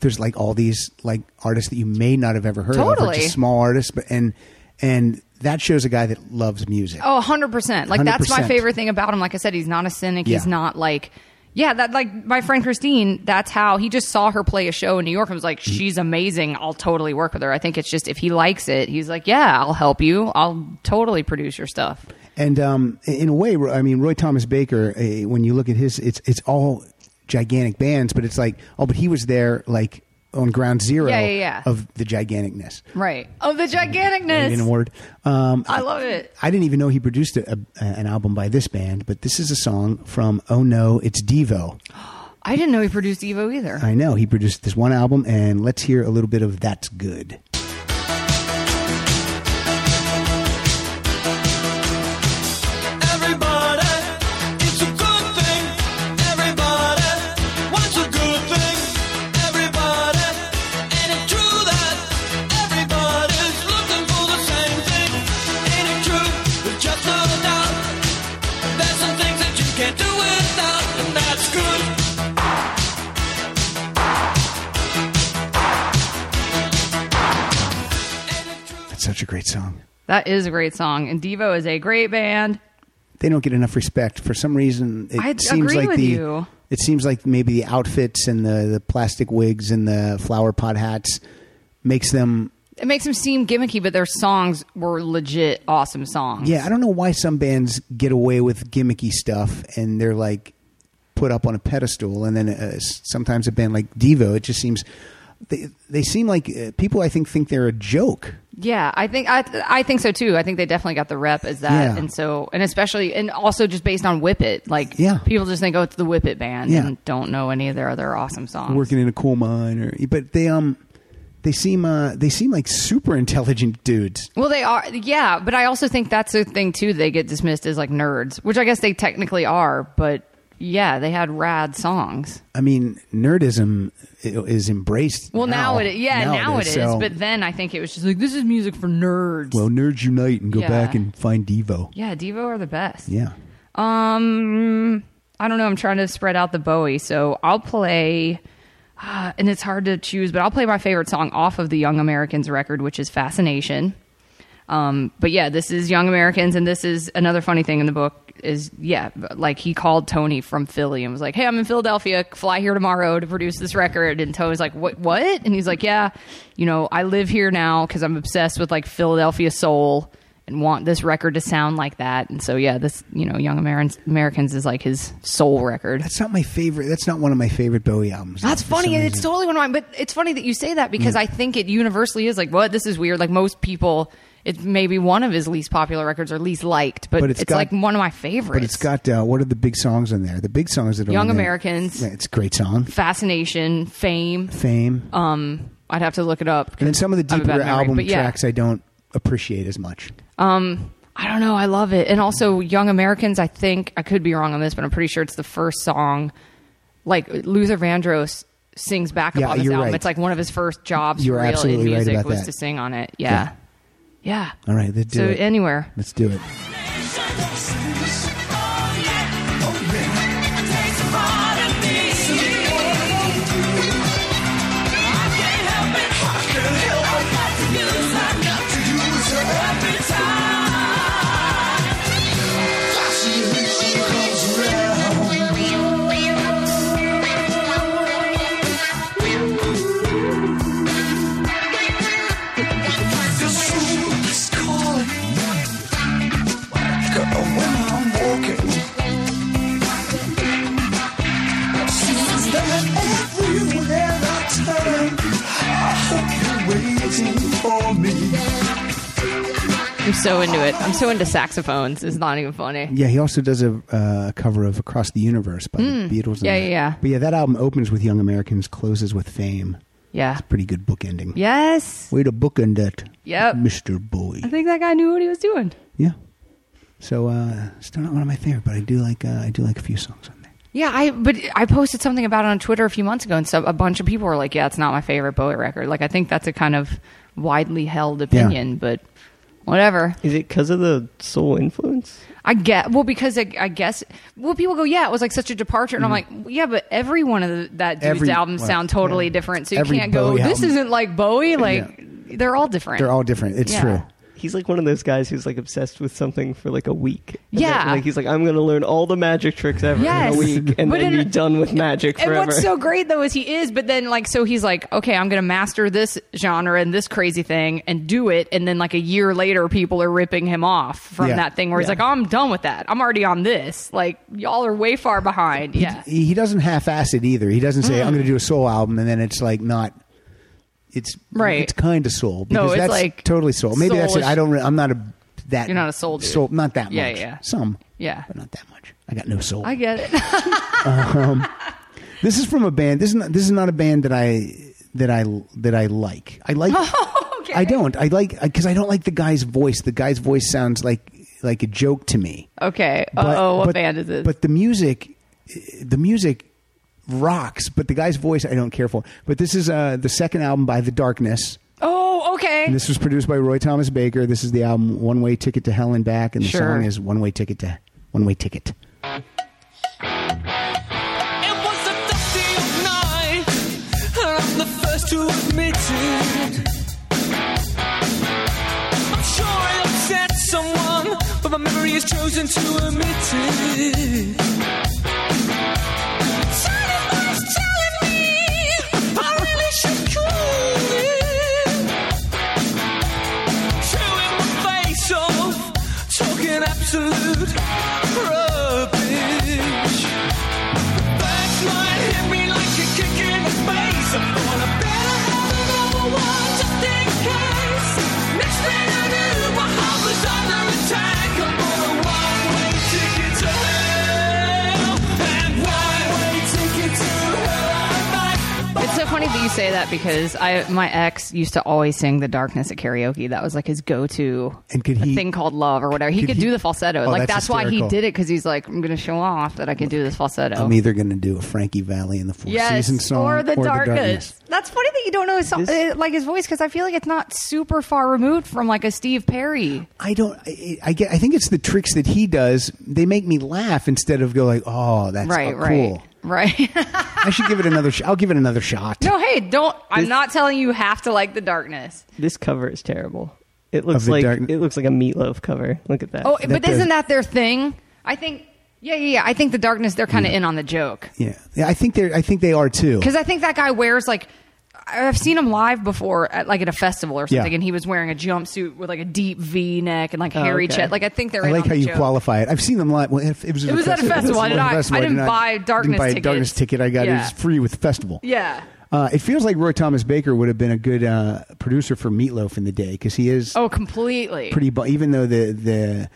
there's like all these like artists that you may not have ever heard of, or
Totally.
just small artists, but and and that shows a guy that loves music.
Oh, 100%. Like that's my
100%.
favorite thing about him. Like I said, he's not a cynic. He's
Yeah.
not like yeah, that like my friend Christine, that's how he just saw her play a show in New York and was like,
Mm-hmm.
"She's amazing. I'll totally work with her." I think it's just if he likes it, he's like, "Yeah, I'll help you. I'll totally produce your stuff."
And um, in a way, I mean, Roy Thomas Baker. eh, When you look at his, it's it's all gigantic bands, but it's like, oh, but he was there like on ground zero
Yeah, yeah, yeah.
of the giganticness.
Right. Oh, the
In a
giganticness.
word, um,
I love it.
I didn't even know he produced a, a, an album by this band, but this is a song from Oh No, It's Devo.
I didn't know he produced Evo either.
I know he produced this one album, and let's hear a little bit of That's Good.
Everybody, it's a good thing. Everybody wants a good thing. Everybody, ain't it true that everybody's looking for the same thing? Ain't it true? There's just no doubt. There's some things that you can't do without, and that's good.
That's such a great song.
That is a great song, and Devo is a great band.
They don't get enough respect for some reason. It
I'd
seems
agree
like
with
the
you.
it seems like maybe the outfits and the the plastic wigs and the flower pot hats makes them.
It makes them seem gimmicky, but their songs were legit awesome songs.
Yeah, I don't know why some bands get away with gimmicky stuff and they're like put up on a pedestal, and then uh, s- sometimes a band like Devo, it just seems. They, they seem like uh, people I think think they're a joke.
Yeah, I think I I think so too. I think they definitely got the rep as that,
Yeah.
and so and especially and also just based on Whip It, like
Yeah.
people just think oh it's the Whip It band
Yeah.
and don't know any of their other awesome songs.
working in a coal mine or but they um they seem uh they seem like super intelligent dudes
Well, they are, yeah, but I also think that's a thing too. They get dismissed as like nerds, which I guess they technically are, but yeah, they had rad songs.
i mean nerdism i- is embraced
Well, now,
now
it, yeah, now it
nowadays,
is.
so-
But then I think it was just like this is music for nerds.
well nerds unite and go
Yeah.
back and find devo
yeah, Devo are the best.
yeah
Um, I don't know. I'm trying to spread out the Bowie, so I'll play. ah, and it's hard to choose, but I'll play my favorite song off of the Young Americans record, which is Fascination. Um, but yeah, this is Young Americans, and this is another funny thing in the book is yeah, like he called Tony from Philly and was like, "Hey, I'm in Philadelphia. Fly here tomorrow to produce this record." And Tony's like, "What? What?" And he's like, "Yeah, you know, I live here now because I'm obsessed with like Philadelphia soul and want this record to sound like that." And so yeah, this you know, Young Americans Americans is like his soul record.
that's not my favorite that's not one of my favorite bowie albums
That's
though, for
funny.
some
and It's
reason. Mm.
totally one of mine. But it's funny that you say that because I think it universally is like, what? This is weird. Like most people, it's maybe one of his least popular records or least liked, but,
But it's
it's,
got-
like one of my favorites.
but it's got uh, what are the big songs on there the big songs that are
Young
on there-
Americans.
Yeah, it's a great song
fascination, fame.
fame
Um, I'd have to look it up.
and then some of the
I'm a bad
deeper
memory,
album
but yeah.
tracks i don't appreciate as much
Um, I don't know. I love it. And also, Young Americans, I think, I could be wrong on this, but I'm pretty sure it's the first song. Like, Luther Vandross sings back
Yeah,
upon this
you're
album.
right.
It's like one of his first jobs
You're
for real in
absolutely right
music
about
was
that.
to sing on it. Yeah. Yeah.
all right let's do
So,
it
anywhere.
let's do it
I'm so into it. I'm so into saxophones. It's not even funny.
Yeah, he also does a uh, cover of "Across the Universe" by the Beatles. and
Hmm. Yeah,
that.
yeah, yeah.
But yeah, that album opens with "Young Americans," closes with "Fame."
Yeah.
Pretty good book ending.
Yes.
Way to bookend it,
Yep.
Mr. Bowie.
I think that guy knew what he was doing.
Yeah. So uh, it's not one of my favorite, but I do like uh, I do like a few songs on there.
Yeah, I but I posted something about it on Twitter a few months ago, and so a bunch of people were like, "Yeah, it's not my favorite Bowie record." Like, I think that's a kind of widely held opinion, but whatever.
Is it because of the soul influence?
I get well because I, I guess well people go, "Yeah, it was like such a departure," and I'm like, "Yeah, but every one of the, that dude's
Mm-hmm. Every-
albums
well,
sound totally different, so you
Every
can't
Bowie
go, this
album.
isn't like Bowie." Like, they're all different.
They're all different. It's
Yeah.
true.
He's like one of those guys who's like obsessed with something for like a week. And
Yeah.
then, like he's like, I'm gonna learn all the magic tricks ever
Yes.
in a week, and
But
then
in-
be done with magic
And
forever.
what's so great though is he is, but then like so he's like, okay, I'm gonna master this genre and this crazy thing and do it, and then like a year later, people are ripping him off from
Yeah.
that thing where he's like, oh, I'm done with that. I'm already on this. Like y'all are way far behind. Yeah,
He, he doesn't half-ass it either. He doesn't say
Mm.
I'm going to do a soul album and then it's like not. It's
Right.
It's kind of soul
No,
because
it's
that's
like
totally soul. Maybe that's it.
soulish.
I don't. re- I'm not a that.
You're not a soul dude.
Soul, not that
Yeah,
much.
yeah.
Some.
Yeah.
but not that much. I got no soul.
I get it.
This is from a band. This is not, this is not a band that I that I that I like. I like.
okay.
I don't. I like because I don't like the guy's voice. The guy's voice sounds like like a joke to me.
Okay. Uh
But-
oh, what
but-
band is it?
But the music, the music rocks. But the guy's voice, I don't care for. But this is uh, the second album by The Darkness.
oh, okay.
And this was produced by Roy Thomas Baker. This is the album One Way Ticket to Hell and Back, and the
Sure.
song is One Way Ticket to One Way Ticket.
It was a dusty night. I'm the first to admit it. I'm sure I upset someone, but my memory has chosen to omit it. Silent voice telling me I really should cool it. Chewing my face off, talking absolute rubbish. Backslide hit me like a kick in the face. But I better have another one just in case. Next thing I knew, my heart was under attack. I'm on a one-way ticket to hell. And one-way ticket to hell and back.
It's so funny that you say that because I my ex used to always sing The Darkness at karaoke. That was like his go to
And could he-
thing called Love or whatever. He
could
could,
he-
do the falsetto.
Oh,
like
that's
that's, why he
hysterical.
did it because he's like, I'm gonna show off that I can do this falsetto.
I'm either going to do a Frankie Valley in the Four Seasons song
or the darkness.
Darkness.
That's funny that you don't know his song,
This-
uh, like his voice because I feel like it's not super far removed from like a Steve Perry.
I don't. I, I get. I think it's the tricks that he does. They make me laugh instead of go like, "Oh, that's
right,
uh,
right,
cool."
right.
I should give it another. Sh- I'll give it another shot.
no, hey, don't. I'm not telling you you have to like the darkness.
this cover is terrible. It
Of
looks
the
like
dark-
it looks like a meatloaf cover. Look at that.
Oh, but
does-
isn't that their thing? I think. Yeah, yeah, yeah. I think the darkness. They're kind of in on the joke.
Yeah, yeah. I think they're. I think they are too.
Because I think that guy wears like I've seen him live before, at, like at a festival or something,
Yeah.
and he was wearing a jumpsuit with like a deep V neck and like
Oh,
hairy
okay.
chest. Like I think they're.
I
in
like
on
how
the
you
joke.
qualify it. I've seen them live. Well, if it was,
It was at a festival. I did not- I didn't buy
did
Darkness
buy a
tickets.
darkness ticket. I got
Yeah.
it was free with festival.
Yeah.
Uh, it feels like Roy Thomas Baker would have been a good uh, producer for Meatloaf in the day because he is
Oh, completely.
pretty. Bu- even though the the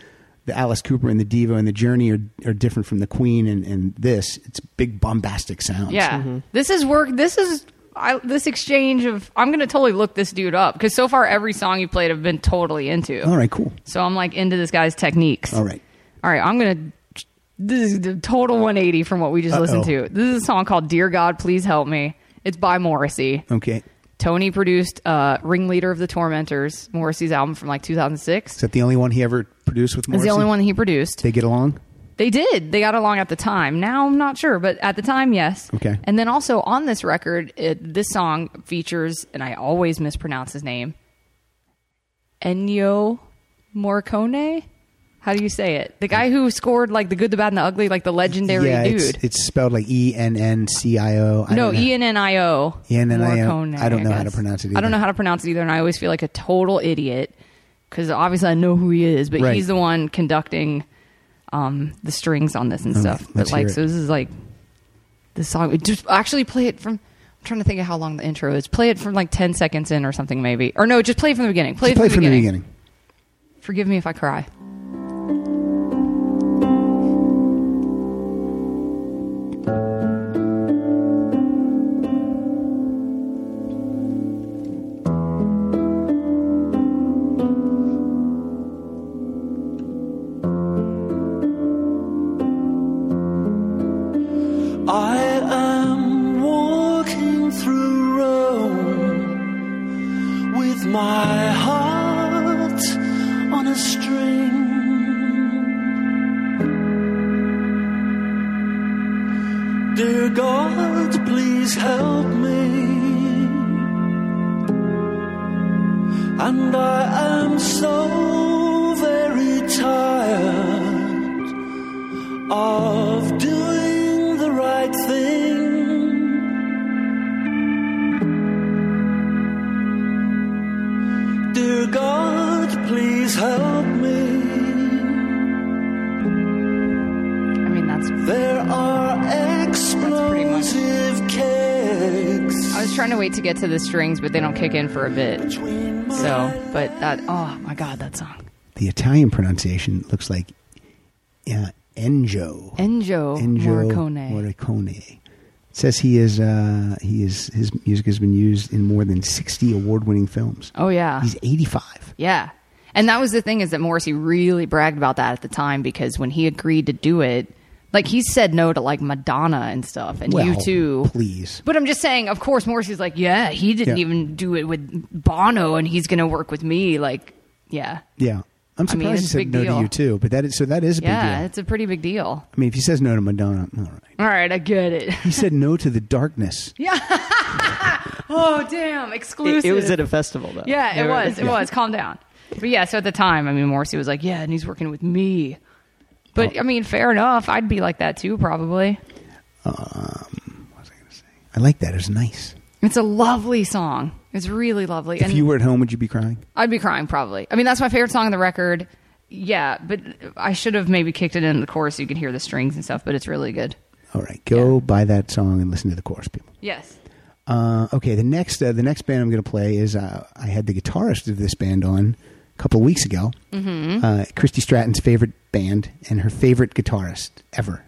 the Alice Cooper and the Devo and the Journey are are different from the Queen and, and this, it's big bombastic sounds.
Yeah. This is work. This is I, this exchange of. I'm gonna totally look this dude up because so far every song you played I've been totally into.
All right. Cool.
So I'm like into this guy's techniques.
All right.
All right. I'm gonna. This is the total 180 from what we just
Uh-oh.
listened to. This is a song called "Dear God, Please Help Me." It's by Morrissey.
Okay.
Tony produced uh, "Ringleader of the Tormentors," Morrissey's album from like 2006.
Is that the only one he ever produced with
It's
Morrison?
the only one he produced.
They get along.
They did. They got along at the time. Now I'm not sure, but at the time, yes.
Okay.
And then also on this record, it, this song features, and I always mispronounce his name, Ennio Morricone. How do you say it? The guy who scored like the Good, the Bad, and the Ugly, like the legendary
yeah,
dude.
It's, it's spelled like E N N C I O. I
no,
don't know.
E N N I O.
ENNIO.
Morricone,
I don't know how to
guess.
pronounce it
I don't
either.
know how to pronounce it either, and I always feel like a total idiot because obviously I know who he is, but
Right.
he's the one conducting um, the strings on this and stuff.
let's
But like,
hear it.
so this is like the song. Just actually play it from. I'm trying to think of how long the intro is. Play it from like ten seconds in or something, maybe. Or no, just play it from the beginning. Play,
Just
it
play
from, the beginning. Forgive me if I cry.
I am walking through Rome with my heart on a string. Dear God, please help me. And I am so very tired of doing the right thing. Dear God, please help me.
I mean, that's.
There are
pretty much-
explosive cakes.
I was trying to wait to get to the strings, but they don't kick in for a bit. So, but that. Oh my God, that song.
The Italian pronunciation looks like uh, Enjo.
Enjo, Morricone.
Morricone. It says he is uh, he is his music has been used in more than sixty award winning films.
Oh yeah.
He's eighty five.
Yeah. And that was the thing is that Morrissey really bragged about that at the time because when he agreed to do it, like he said no to like Madonna and stuff and
Well,
you too.
please.
But I'm just saying, of course, Morrissey's like, yeah, he didn't
Yeah.
even do it with Bono and he's going to work with me. Like, yeah.
Yeah. I'm
I mean,
surprised he
it's a
said
big
no
deal.
to you too, but that is so that is a big
Yeah.
deal.
It's a pretty big deal.
I mean, if he says no to Madonna, all right.
All right. I get it.
He said no to the darkness.
oh, damn. Exclusive.
It, it was at a festival though.
yeah,
They
it
were-
was. It was. Calm down. But yeah, so at the time, I mean, Morrissey was like, yeah, and he's working with me.
Oh.
But I mean, fair enough. I'd be like that too, probably.
I like that. It was nice.
It's a lovely song. It's really lovely.
If
and
you were at home, would you be crying?
I'd be crying probably. I mean, that's my favorite song on the record. Yeah, but I should have maybe kicked it in the chorus so you could hear the strings and stuff, but it's really good.
All right, go buy that song and listen to the chorus, people.
Yes.
Uh, okay, the next uh, the next band I'm going to play is uh, I had the guitarist of this band on a couple of weeks ago. Mm-hmm. Uh, Christy Stratton's favorite band and her favorite guitarist ever,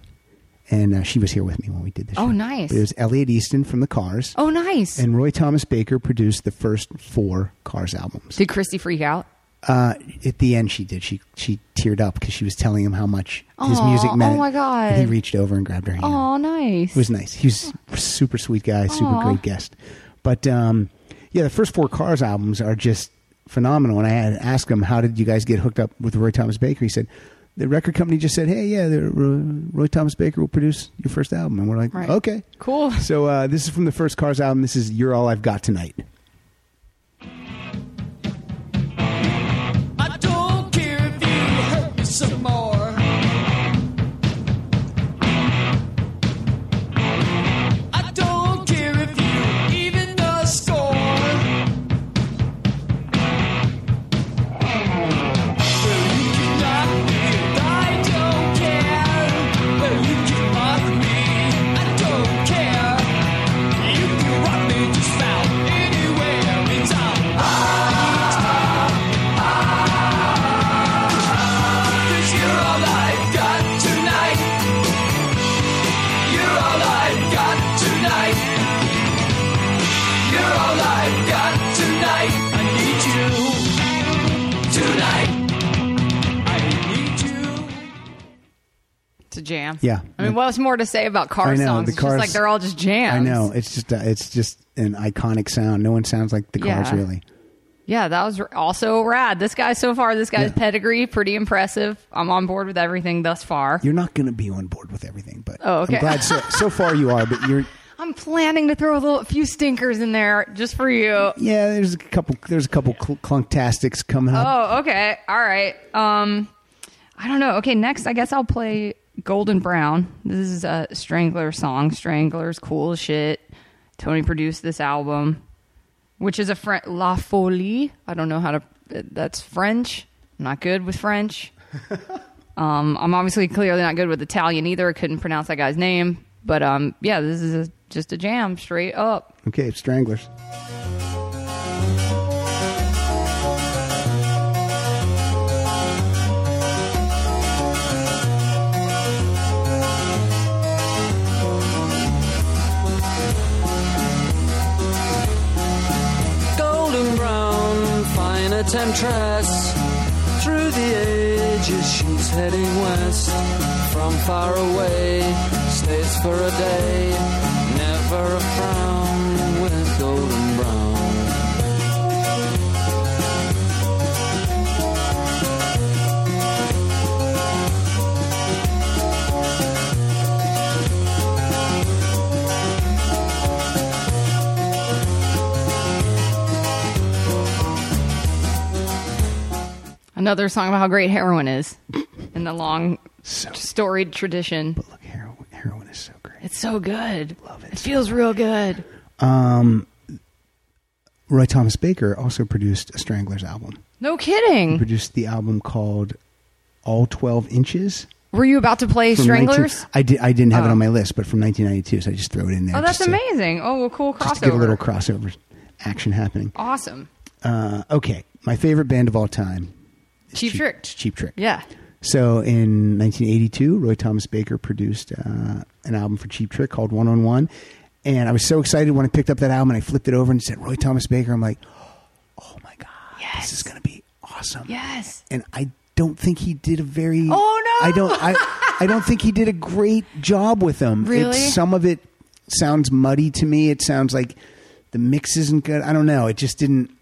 and uh, she was here with me when we did this.
Oh,
show.
nice.
But it was Elliot Easton from the Cars,
Oh, nice.
and Roy Thomas Baker produced the first four Cars albums.
Did Christy freak out?
Uh, at the end, she did. She she teared up because she was telling him how much his music
Aw,
meant.
oh my God.
And he reached over and grabbed her hand.
Oh, nice.
It was nice. He was a super sweet guy, super great guest. But um, yeah, the first four Cars albums are just phenomenal. And I had asked him, "How did you guys get hooked up with Roy Thomas Baker?" He said, "The record company just said, hey, yeah, the, Roy Thomas Baker will produce your first album." And we're like,
Right.
"Okay,
Cool.
So uh, this is from the first Cars album. This is "You're All I've Got Tonight."
I don't care if you hurt me some more. I don't care if you even the score. Well, you can knock me, but I don't care. Well, you can mock me, I don't care. You can rock me just about anywhere. It's all right. Cause you're all I've got tonight. You're all I've got tonight. You're all I've got tonight. I need you tonight. I need you.
It's a jam.
Yeah.
I mean, what's more to say about car
I know,
songs?
the
it's
Cars-
just like they're all just jams.
I know it's just uh, it's just an iconic sound. No one sounds like the Cars
Yeah.
really.
Yeah, that was r- also rad. This guy so far, this guy's
Yeah.
pedigree, pretty impressive. I'm on board with everything thus far.
You're not going to be on board with everything, but
Oh, okay.
I'm glad so, so far you are. But you're
I'm planning to throw a, little, a few stinkers in there just for you.
Yeah, there's a couple. There's a couple cl- clunktastics coming up.
Oh, okay. All right. Um, I don't know. Okay, next, I guess I'll play Golden Brown. This is a Strangler song. Strangler's cool as shit. Tony produced this album, which is a French La Folie. I don't know how to. That's French. I'm not good with French. um, I'm obviously clearly not good with Italian either. I couldn't pronounce that guy's name. But um, yeah, this is a, just a jam straight up.
Okay, stranglers.
You're all
temptress. Through the ages, she's heading west. From far away, stays for a day. Never a frown with golden brown.
Another song about how great heroin is and the long
So
storied tradition.
look, heroin, heroin is so great.
It's so good.
Love it.
It feels real good.
Roy Thomas Baker also produced a Stranglers album.
No kidding.
Produced the album called All Twelve Inches.
Were you about to play
from
Stranglers?
19 I did. I didn't have it on my list, but from 1992, so I just throw it in there.
Oh, that's
just to-
amazing. Oh, well, cool
Just to get a little
crossover.
crossover action happening.
Awesome.
Uh, okay, my favorite band of all time, is
Cheap Trick.
Cheap Trick.
Yeah.
So in 1982, Roy Thomas Baker produced uh, an album for Cheap Trick called One on One, and I was so excited when I picked up that album and I flipped it over and it said Roy Thomas Baker. I'm like, oh my god,
Yes.
this is gonna be awesome.
Yes.
and I don't think he did a very.
Oh, no!
I don't. I, I don't think he did a great job with them.
Really?
It's- some of it sounds muddy to me. It sounds like the mix isn't good. I don't know. It just didn't.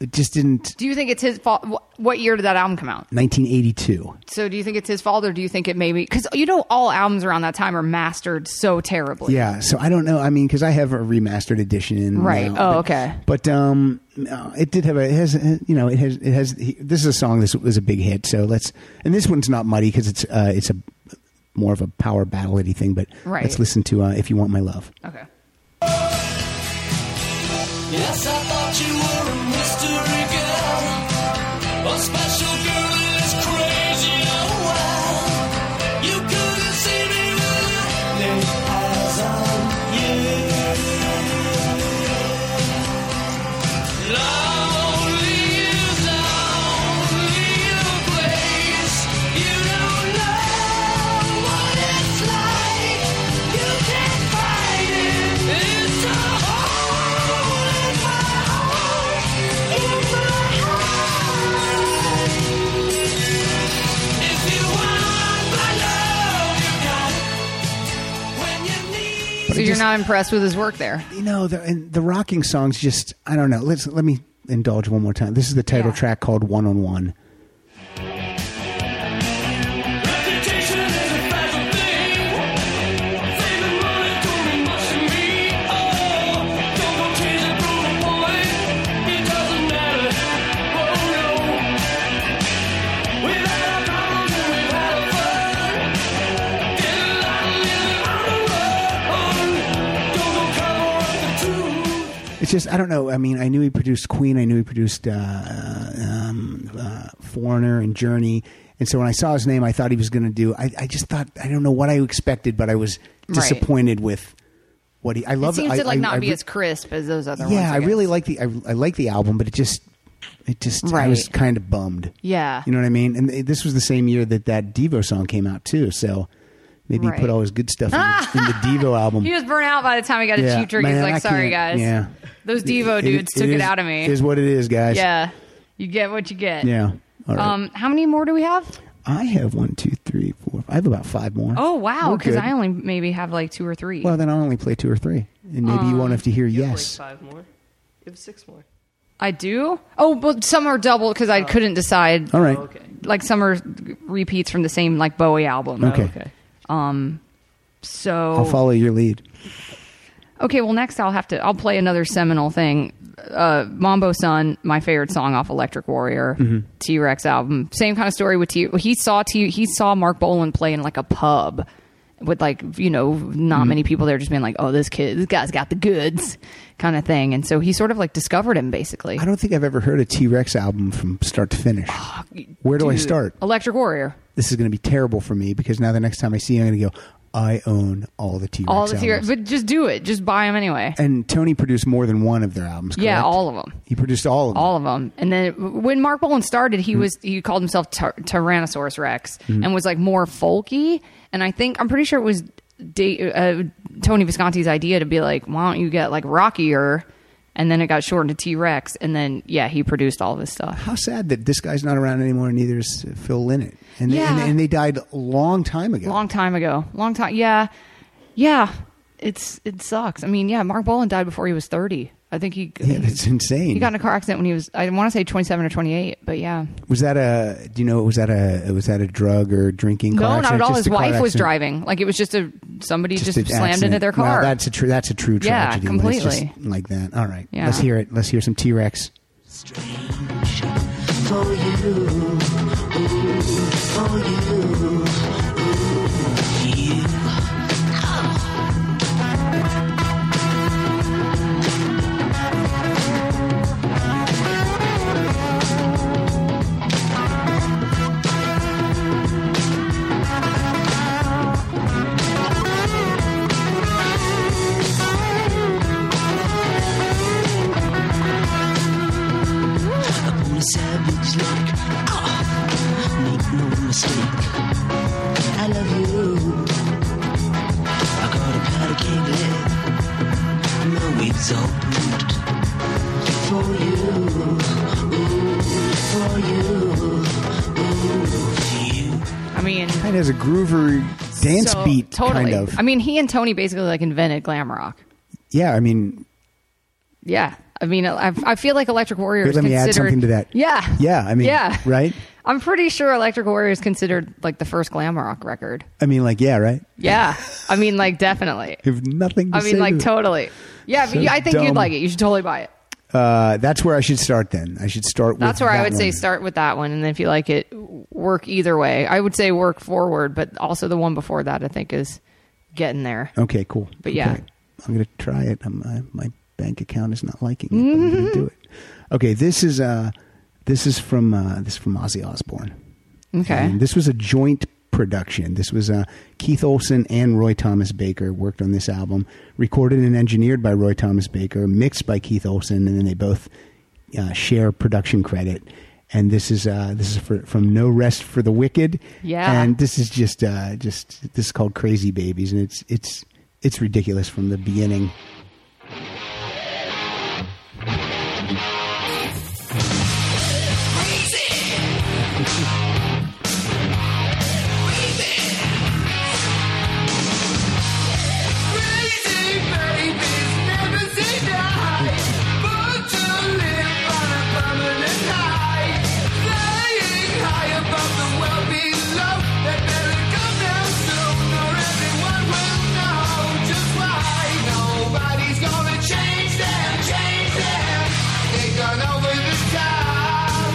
It just didn't.
Do you think it's his fault? wh- What year did that album come out?
1982.
So do you think it's his fault or do you think it maybe? Because you know, all albums around that time are mastered so terribly.
Yeah, so I don't know. I mean, because I have a remastered edition,
Right.
now,
Oh,
but-
okay.
But um, no, it did have a. It has you know it has it has. he- This is a song. This was a big hit. So let's and this one's not muddy because it's uh it's a more of a power ballady thing. But
Right.
let's listen to uh, if you want my love.
Okay.
Yes, I thought you were a mystery girl. A special girl that is crazy and wild. You couldn't see me when I laid eyes on you. Lonely is lonely in a place you don't know what it's like. You can't fight it. It's a hole in my heart, in my heart. If you want my love, you got it. When you need.
So you're not impressed with his work there.
You know, the, and the rocking songs just I don't know. Let's let me indulge one more time. This is the title
Yeah.
track called One on One.
Reputation is a fragile thing. Saving money don't mean much to me. Oh, don't go chasing brutal boy. It doesn't matter. Oh no. We've had our problems and we've had our fun. Did a lot of living on the run. Don't go cover up the truth.
It's just I don't know. I mean, I knew he produced Queen. I knew he produced uh, um, uh, Foreigner and Journey. And so when I saw his name, I thought he was going to do. I, I just thought I don't know what I expected, but I was disappointed with what he. I
It
love.
seems
I,
to like
I-
not
I
be
re-
as crisp as those other ones.
Yeah, I,
guess.
really like the. I, I like the album, but it just. It just. I
Right.
was kind of bummed.
Yeah.
You know what I mean? And th- this was the same year that that Devo song came out too. So maybe he
Right.
put all his good stuff in, the- in the Devo album.
He was burnt out by the time he got a
Yeah,
cheap drink. He's
man,
like,
I
sorry
can't-
guys,
Yeah.
those Devo
It-
dudes took it,
is-
out of me.
Is what it is, guys.
yeah, you get what you get.
Yeah. All right.
Um, how many more do we have?
I have one, two, three, four. I have about five more.
Oh wow,
We're
because
good.
I only maybe have like two or three.
Well, then I'll only play two or three, and maybe
Um,
you won't have to hear yes.
five more. You have six more.
I do. Oh, but some are double because I couldn't decide.
All right.
Okay.
Like some are repeats from the same like Bowie album.
Okay.
Okay.
So
I'll follow your lead.
Okay, well next I'll have to I'll play another seminal thing. Uh Mambo Sun, my favorite song off Electric Warrior,
Mm-hmm.
T-Rex album. Same kind of story with T he saw T he saw Mark Bolan play in like a pub with like, you know,
Mm-hmm.
not many people there just being like, "Oh, this kid, this guy's got the goods." kind of thing. And so he sort of like discovered him basically.
I don't think I've ever heard a T Rex album from start to finish. Where do I
Dude,
start?
Electric Warrior.
This is going to be terrible for me because now the next time I see you, I'm going to go, I own all the T Rex
All the T-Rex,
albums.
but just do it. Just buy them anyway.
and Tony produced more than one of their albums. Correct?
Yeah, all of them.
He produced all of them.
all of them. And then when Mark Bolan started,
Mm-hmm.
he was he called himself Ty- Tyrannosaurus Rex and was like more folky. And I think I'm pretty sure it was da- uh, Tony Visconti's idea to be like, why don't you get like rockier? and then it got shortened to T Rex, and then yeah, he produced all this stuff.
How sad that this guy's not around anymore, and neither is Phil Lynott. And, they, and,
Yeah.
and they died a long time ago.
Long time ago, long time. Yeah, yeah. It's it sucks. I mean, yeah, Mark Boland died before he was thirty. I think he
Yeah, that's insane.
he got in a car accident when he was I want to say twenty seven or twenty eight, but yeah.
was that a? Do you know? Was that a? Was that a drug or drinking? car
No, not
accident?
at all.
Just
His
a car
wife was
accident?
driving. Like it was just a somebody just,
an
slammed into
accident.
their car.
Wow, that's a true. That's a true
Yeah,
tragedy. when it's just
completely.
like that. All right.
Yeah.
Let's hear it. Let's hear some T Rex.
for you, ooh, for you, ooh, you. on a savage like ah, make no mistake I love you I got a powder keg leg my wig's all pooped for you ooh, for you ooh, for you
I mean,
Kind of has a groover dance
so-
beat.
Totally.
Kind of.
I mean, he and Tony basically like invented glam rock.
yeah. I mean.
Yeah. I mean, I, I feel like Electric Warrior
Wait,
is
let me add
considered-
something to that.
Yeah.
Yeah. I mean.
yeah.
Right.
I'm pretty sure Electric Warrior is considered like the first glam rock record.
I mean, like, yeah. Right.
Yeah. I mean, like,
I
definitely.
have nothing. To
I
say
mean, like,
to that.
totally. Yeah.
So
but you, I think
dumb.
you'd like it. You should totally buy it.
Uh, that's where I should start. Then I should start. with
That's where I
that
would say
one.
start with that one. And then if you like it, work either way. I would say work forward, but also the one before that, I think, is getting there.
Okay, cool.
But yeah.
Okay. I'm gonna try it. I'm, I, my bank account is not liking it. but I'm gonna do it. Okay, this is uh, this is from uh, this is from Ozzy Osbourne.
Okay.
And Um, this was a joint production. This was uh, Keith Olsen and Roy Thomas Baker worked on this album, recorded and engineered by Roy Thomas Baker, mixed by Keith Olsen, and then they both uh, share production credit. And this is uh, this is for, from No Rest for the Wicked.
Yeah.
and this is just uh, just this is called Crazy Babies, and it's it's it's ridiculous from the beginning.
Change them, change them. They've gone over the top.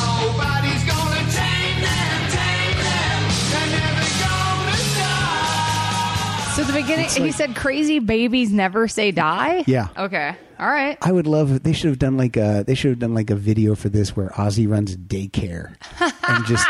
Nobody's gonna tame them, tame them. They're never gonna stop.
So the beginning, he said, "Crazy babies never say die."
Yeah.
Okay. All right.
I would love. They should have done like a. They should have done like a video for this where Ozzy runs a daycare and just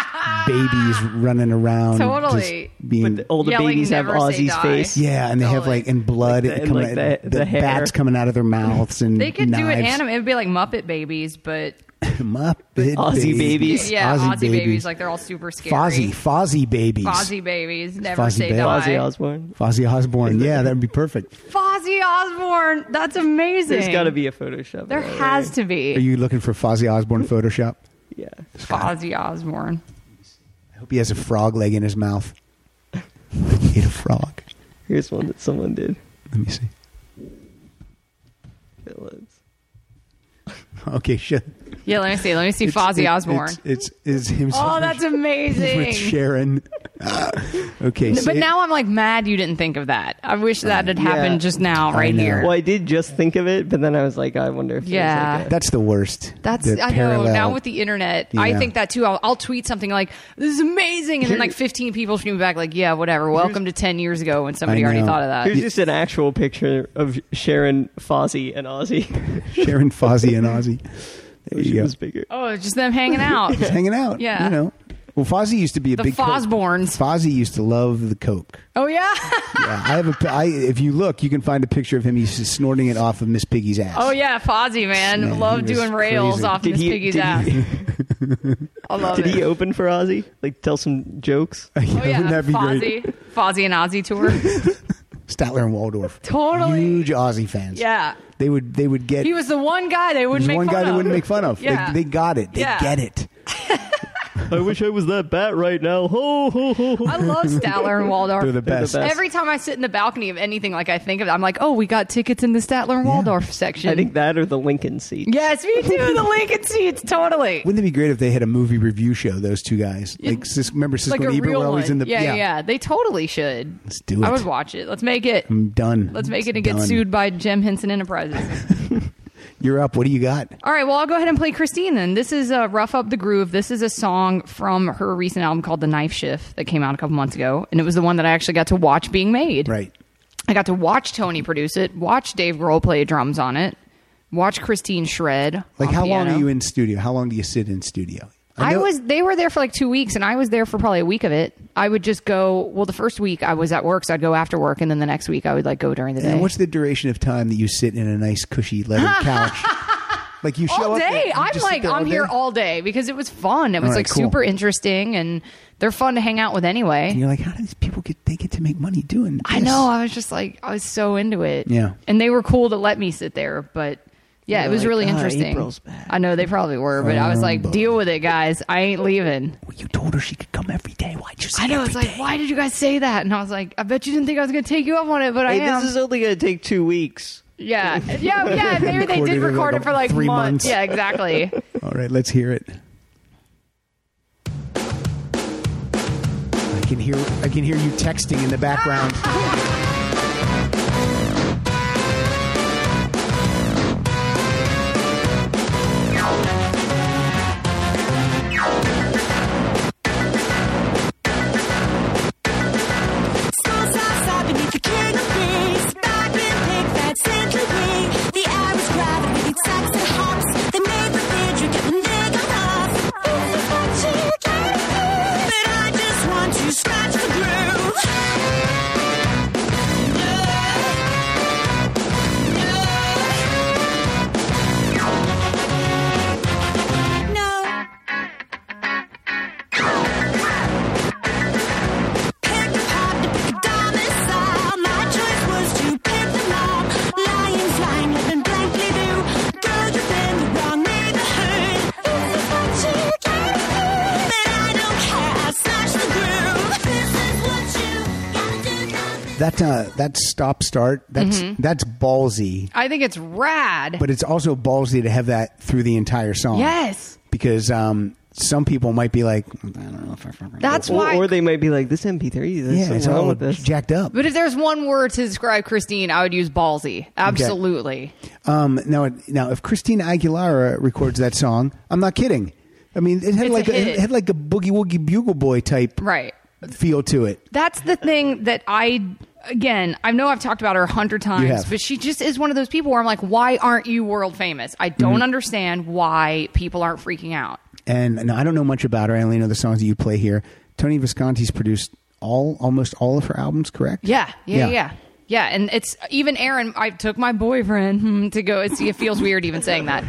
babies running around,
Totally.
just being.
But all the
Yelling
babies have
never say
Ozzy's
die.
face.
yeah, and they have
Totally.
like and blood
Like the-
coming,
like the- the hair.
bats coming out of their mouths and
They could do it
knives.
anime. It'd be like Muppet babies, but
Muppet
Ozzy babies.
yeah, Ozzy, babies. like they're all super scary.
Fozzie, Fozzie babies,
Fozzie babies never
Fozzie
say
babies.
die.
Ozzy Osbourne.
Fozzie Osbourne. Yeah, that would be perfect.
Fozzie Osbourne. That's amazing.
There's got to be a Photoshop. of
There
that, right?
has to be.
Are you looking for Fozzie Osbourne Photoshop?
Yeah.
Fozzie Osbourne.
I hope he has a frog leg in his mouth. Eat a frog.
Here's one that someone did.
Let me see.
Villains.
Okay, shit.
Yeah. Let me see. Let me see
It's-
Fozzie
it-
Osbourne.
It's, it's, it's him.
oh, that's
with
amazing.
Sharon. okay, so
But now I'm like mad you didn't think of that. I wish that had happened just now,
I
right
know.
here.
Well, I did just think of it, but then I was like, I wonder if there's,
Yeah.
like a-
that's the worst.
That's
The
I know
parallel.
now with the internet. I
Yeah.
think that too. I'll, I'll tweet something like "This is amazing," and then like 15 people shoot me back like, "Yeah, whatever." Welcome to 10 years ago when somebody
I
already
know.
thought of that.
Here's just an actual picture of Sharon, Fozzie, and Ozzy.
Sharon Fozzie and Ozzy. There
She
you go.
was bigger.
oh, it's just them hanging out.
Just hanging out.
Yeah.
you know. Well, Fozzie used to be a
The
big Coke-
Fosborns.
Fozzie used to love the Coke.
oh yeah.
Yeah, I have a. pi- I, if you look, you can find a picture of him. He's snorting it off of Miss Piggy's ass.
Oh yeah, Fozzie man,
Man,
love
he was
doing rails
crazy.
off
Did
Miss
he-
Piggy's
did
ass.
he-
I love
Did
it.
he open for Ozzy? Like, tell some jokes?
oh yeah,
Wouldn't that be
Fozzie,
great?
Fozzie and Ozzy tour.
Statler and Waldorf.
Totally.
Huge Aussie fans.
Yeah.
They would they would get
He was the one guy they
there's
wouldn't make
one
fun
guy
of.
they wouldn't make fun of.
Yeah.
They, they got it. They
Yeah.
get it.
I wish I was that bat right now. Ho ho ho ho.
I love Statler and Waldorf.
They're the best.
best.
Every time I sit in the balcony of anything, like I think of it, I'm like, oh, we got tickets in the Statler and Waldorf section.
I think that or the Lincoln seat.
Yes, me too. The Lincoln seats, totally.
Wouldn't it be great if they had a movie review show? Those two guys, like Sis, remember Siskel
like a
and Ebert
real
were always
one.
in the
yeah, yeah, yeah. They totally should.
Let's do
I
it.
would watch it. Let's make it.
I'm done.
Let's make it
It's
and get
done.
sued by Jim Henson Enterprises.
You're up. What do you got?
All right, well, I'll go ahead and play Christine then. This is uh, Rough Up the Groove. This is a song from her recent album called The Knife Shift that came out a couple months ago. And it was the one that I actually got to watch being made.
Right.
I got to watch Tony produce it, watch Dave Grohl play drums on it, watch Christine shred.
Like,
on
how long
piano.
are you in studio? How long do you sit in studio?
I
know-
was. They were there for like two weeks, and I was there for probably a week of it. I would just go. Well, the first week I was at work, so I'd go after work, and then the next week I would like go during the day.
And what's the duration of time that you sit in a nice cushy leather couch? like you show
all
up there,
day.
you
I'm
just sit
like,
there
I'm here
day?
all day because it was fun. It was
All right,
like
cool.
super interesting, and they're fun to hang out with anyway.
And you're like, how do these people get they get to make money doing?
I
this?
know. I was just like, I was so into it.
Yeah.
And they were cool to let me sit there, but yeah,
They
it
were
was
like,
really
"Ah,
interesting.
April's back."
I know they probably were, but I was
Um,
like, deal with it, guys. I ain't leaving.
Well, you told her she could come every day. Why'd you say
I know.
every
It's like,
day?
why did you guys say that? And I was like, I bet you didn't think I was going to take you up on it, but I
Hey,
am.
this is only gonna take two weeks.
yeah. Yeah. Yeah. Maybe they
Recorded
did
it
record
like
it for like
three
months.
months.
Yeah, exactly.
All right, let's hear it. I can hear I can hear you texting in the background.
Small south side beneath the king of things. Sparkling pig fat, saintly wing. The air was crowded with its sacks and hops. They made the beer drink it when they got off. This is what you get. But I just want to scratch the groove. No. No. No. Picked a pop to pick a domicile. My choice was to pick them all. Lions lying open blankly blue. Girls within the wrong neighborhood. This is what you get. But I don't care. I smash the groove. This is what you gotta do. now.
That uh, that stop start that's
Mm-hmm.
that's ballsy,
I think it's rad.
but it's also ballsy to have that through the entire song.
yes.
because um, some people might be like, I don't know if I fucking.
That's
Or,
why.
or they might be like, this MP3, there's
yeah, it's
something wrong
all
with this.
jacked up.
but if there's one word to describe Christine, I would use ballsy. Absolutely.
Um, now, now, if Christina Aguilera records that song, I'm not kidding. I mean, it had
It's a
like a,
hit.
it had like a boogie woogie bugle boy type
Right.
feel to it.
That's the thing that I again, I know I've talked about her a hundred times,
have.
but she just is one of those people where I'm like, why aren't you world famous? I don't
Mm-hmm.
understand why people aren't freaking out.
And now I don't know much about her. I only know the songs that you play here. Tony Visconti's produced all almost all of her albums, correct?
Yeah, yeah, yeah.
Yeah.
yeah. and it's even Aaron. I took my boyfriend hmm, to go and see. It feels weird even saying that,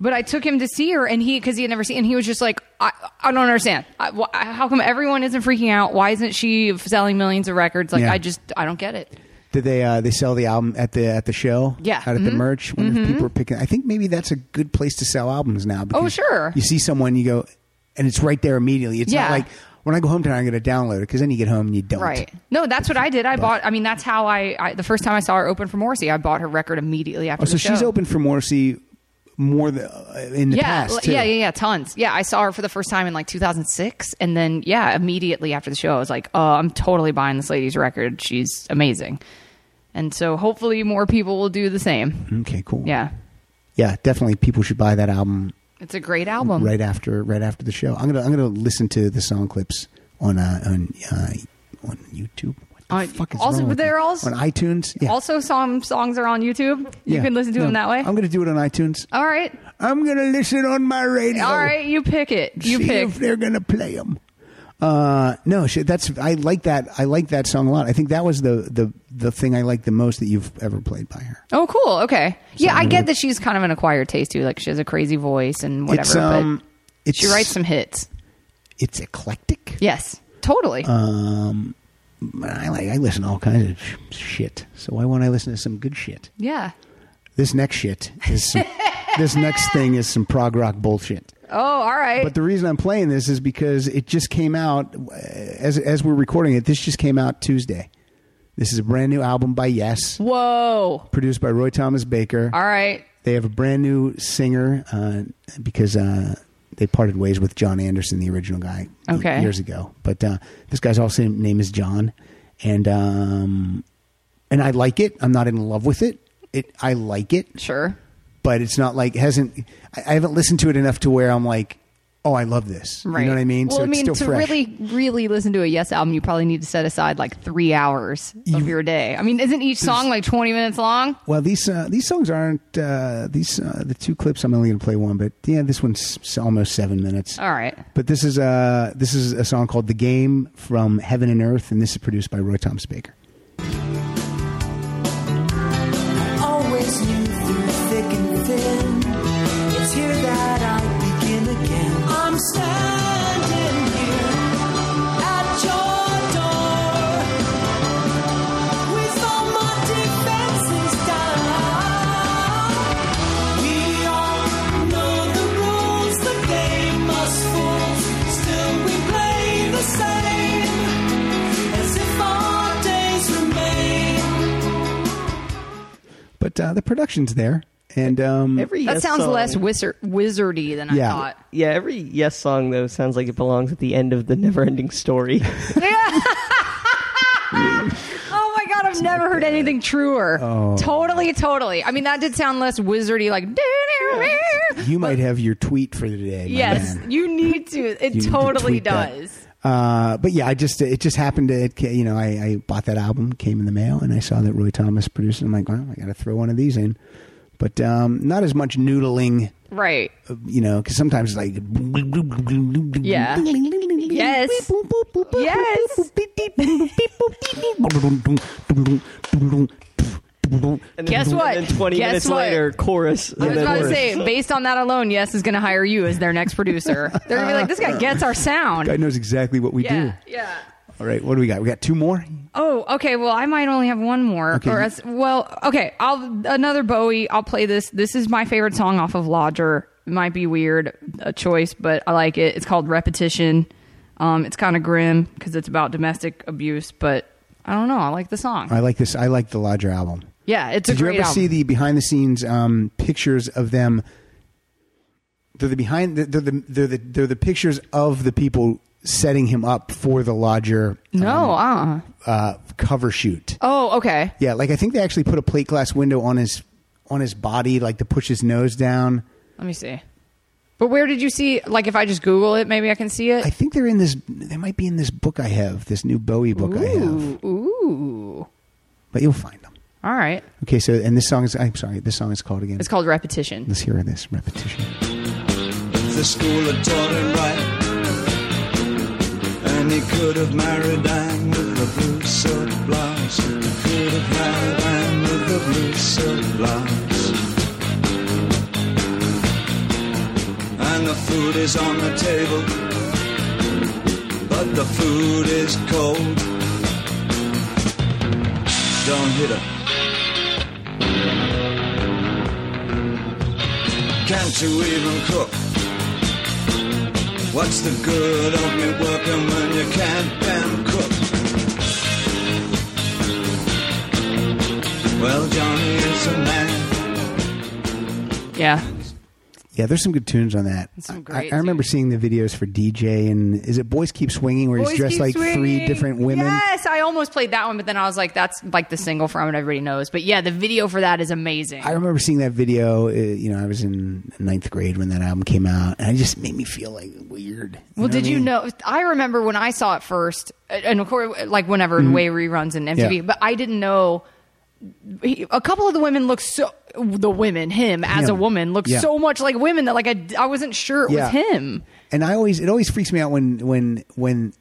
but I took him to see her, and he because he had never seen, and he was just like, I, I don't understand. I, wh- how come everyone isn't freaking out? Why isn't she selling millions of records? Like,
Yeah.
I just, I don't get it.
Did they uh, they sell the album at the at the show?
Yeah. Mm-hmm.
out at the merch. Wonder if people are picking. I think maybe that's a good place to sell albums now. Because
Oh, sure.
You see someone, you go, and it's right there immediately. It's
Yeah.
not like when I go home tonight, I'm going to download it because then you get home and you don't.
Right. No, that's what I did. I bought. I mean, that's how I, I. The first time I saw her open for Morrissey, I bought her record immediately after.
Oh, so
the show.
she's opened for Morrissey more than uh, in the
Yeah,
past.
l-
too.
yeah, yeah, yeah, tons. Yeah, I saw her for the first time in like 2006, and then yeah, immediately after the show, I was like, "Oh, I'm totally buying this lady's record. She's amazing." And so, hopefully, more people will do the same.
Okay, cool.
Yeah,
yeah, definitely. People should buy that album
it's a great album.
right after right after the show. I'm gonna I'm gonna listen to the song clips on uh, on uh, on YouTube. What the
On-
fuck is
also,
wrong with
they're
me?
also-
on iTunes. Yeah.
Also, some songs are on YouTube. You
Yeah.
can listen to
No,
them that way.
I'm gonna do it on iTunes.
All right,
I'm gonna listen on my radio.
all right, you pick it. You
See
pick.
if they're gonna play them. Uh, no, shit, that's I like that. I like that song a lot. I think that was the the the thing I liked the most that you've ever played by her.
Oh, cool. Okay. Yeah, I get that she's kind of an acquired taste too. Like she has a crazy voice and whatever.
it's um,
but she writes some hits.
It's eclectic.
Yes, totally.
Um, I like I listen to all kinds of sh- shit. So why won't I listen to some good shit?
Yeah.
This next shit is some, this next thing is some prog rock bullshit.
Oh, all right.
But the reason I'm playing this is because it just came out uh, as as we're recording it. This just came out Tuesday. This is a brand new album by Yes,
Whoa.
produced by Roy Thomas Baker.
All right.
They have a brand new singer uh, because uh, they parted ways with John Anderson, the original guy,
Okay.
years ago. But uh, this guy's also name is John, and um, and I like it. I'm not in love with it. It I like it,
Sure.
but it's not like hasn't. I, I haven't listened to it enough to where I'm like, oh, I love this.
Right.
You know what I mean?
Well,
so
I mean,
it's
to
still fresh.
really, really listen to a Yes album, you probably need to set aside like three hours of your day. I mean, isn't each song like 20 minutes long?
Well, these uh, these songs aren't uh, these uh, the two clips. I'm only going to play one, but yeah, this one's s- almost seven minutes.
All right.
But this is a this is a song called "The Game" from Heaven and Earth, and this is produced by Roy Thomas Baker.
always knew through thick and thin. It's here that I begin again. I'm standing here at your door with all my defenses down. We all know the rules the game must fool. Still we play the same as if our days remain.
But uh, the production's there, and um,
Every
That
Yes
sounds
song-
less wizard- wizardy than
Yeah.
I thought.
Yeah, every Yes song though sounds like it belongs at the end of the never-ending story.
Oh my god, I've never heard anything truer.
Oh.
Totally, totally. I mean, that did sound less wizardy, like.
you might have your tweet for the day. my
Yes,
man.
you need to. It
You need to
totally
tweet that.
does.
Uh, but yeah, I just it just happened to it, ca- you know I, I bought that album came in the mail and I saw that Roy Thomas produced it. I'm like, well, I got to throw one of these in, but um, not as much noodling,
Right.
uh, you know, because sometimes it's like
Yeah. Yes. Yes.
And then-
Guess what?
And then 20
Guess
minutes
what?
later, chorus.
I was about to
works.
say, based on that alone, Yes is going to hire you as their next producer. They're going to be like, this guy gets our
guy
sound.
knows exactly what we
Yeah,
do.
yeah.
All right, what do we got? We got two more.
Oh, okay. Well, I might only have one more.
Okay,
Or
you-
as, well, okay. I'll another Bowie. I'll play this. This is my favorite song off of Lodger. It might be weird a choice, but I like it. It's called Repetition. Um, it's kind of grim because it's about domestic abuse, but I don't know. I like the song.
I like this. I like the Lodger album.
yeah, it's a
Did you
great
ever
album.
see the behind the scenes um, pictures of them? They're the behind. They're the they're the they're the pictures of the people setting him up for the Lodger
no, uh.
uh, cover shoot.
Oh, okay.
Yeah, like I think they actually put a plate glass window on his on his body, like to push his nose down.
Let me see. But where did you see? Like, if I just Google it, maybe I can see it.
I think they're in this. They might be in this book I have, this new Bowie book I have.
Ooh, ooh.
But you'll find them.
All right.
Okay, so and this song is. I'm sorry, this song is called again.
It's called repetition.
Let's hear this repetition.
The school had taught him right. And he could have married Anne with the blue silk blouse. He could have married Anne with the blue silk blouse. And the food is on the table. But the food is cold. Don't hit her. Can't you even cook? What's the good of me working when you can't damn cook? Well, Johnny is a man.
Yeah.
Yeah, there's some good tunes on that.
Some
I-
great
I, I remember seeing the videos for DJ and is it Boys Keep Swinging where he's
Boys
dressed
Keep
like three
Swinging.
different women?
Yes, I almost played that one, but then I was like, that's like the single from it everybody knows. But yeah, the video for that is amazing.
I remember seeing that video. Uh, you know, I was in ninth grade when that album came out, and it just made me feel like weird.
well,
know what
did
I
you
mean?
know? I remember when I saw it first, and of course, like whenever way reruns and MTV.
Mm-hmm. Yeah.
But I didn't know. He, a couple of the women look so. The women, him as a
Him.
woman, looked
Yeah.
so much like women that like I, I wasn't sure it
Yeah.
was him.
And I always it always freaks me out when when when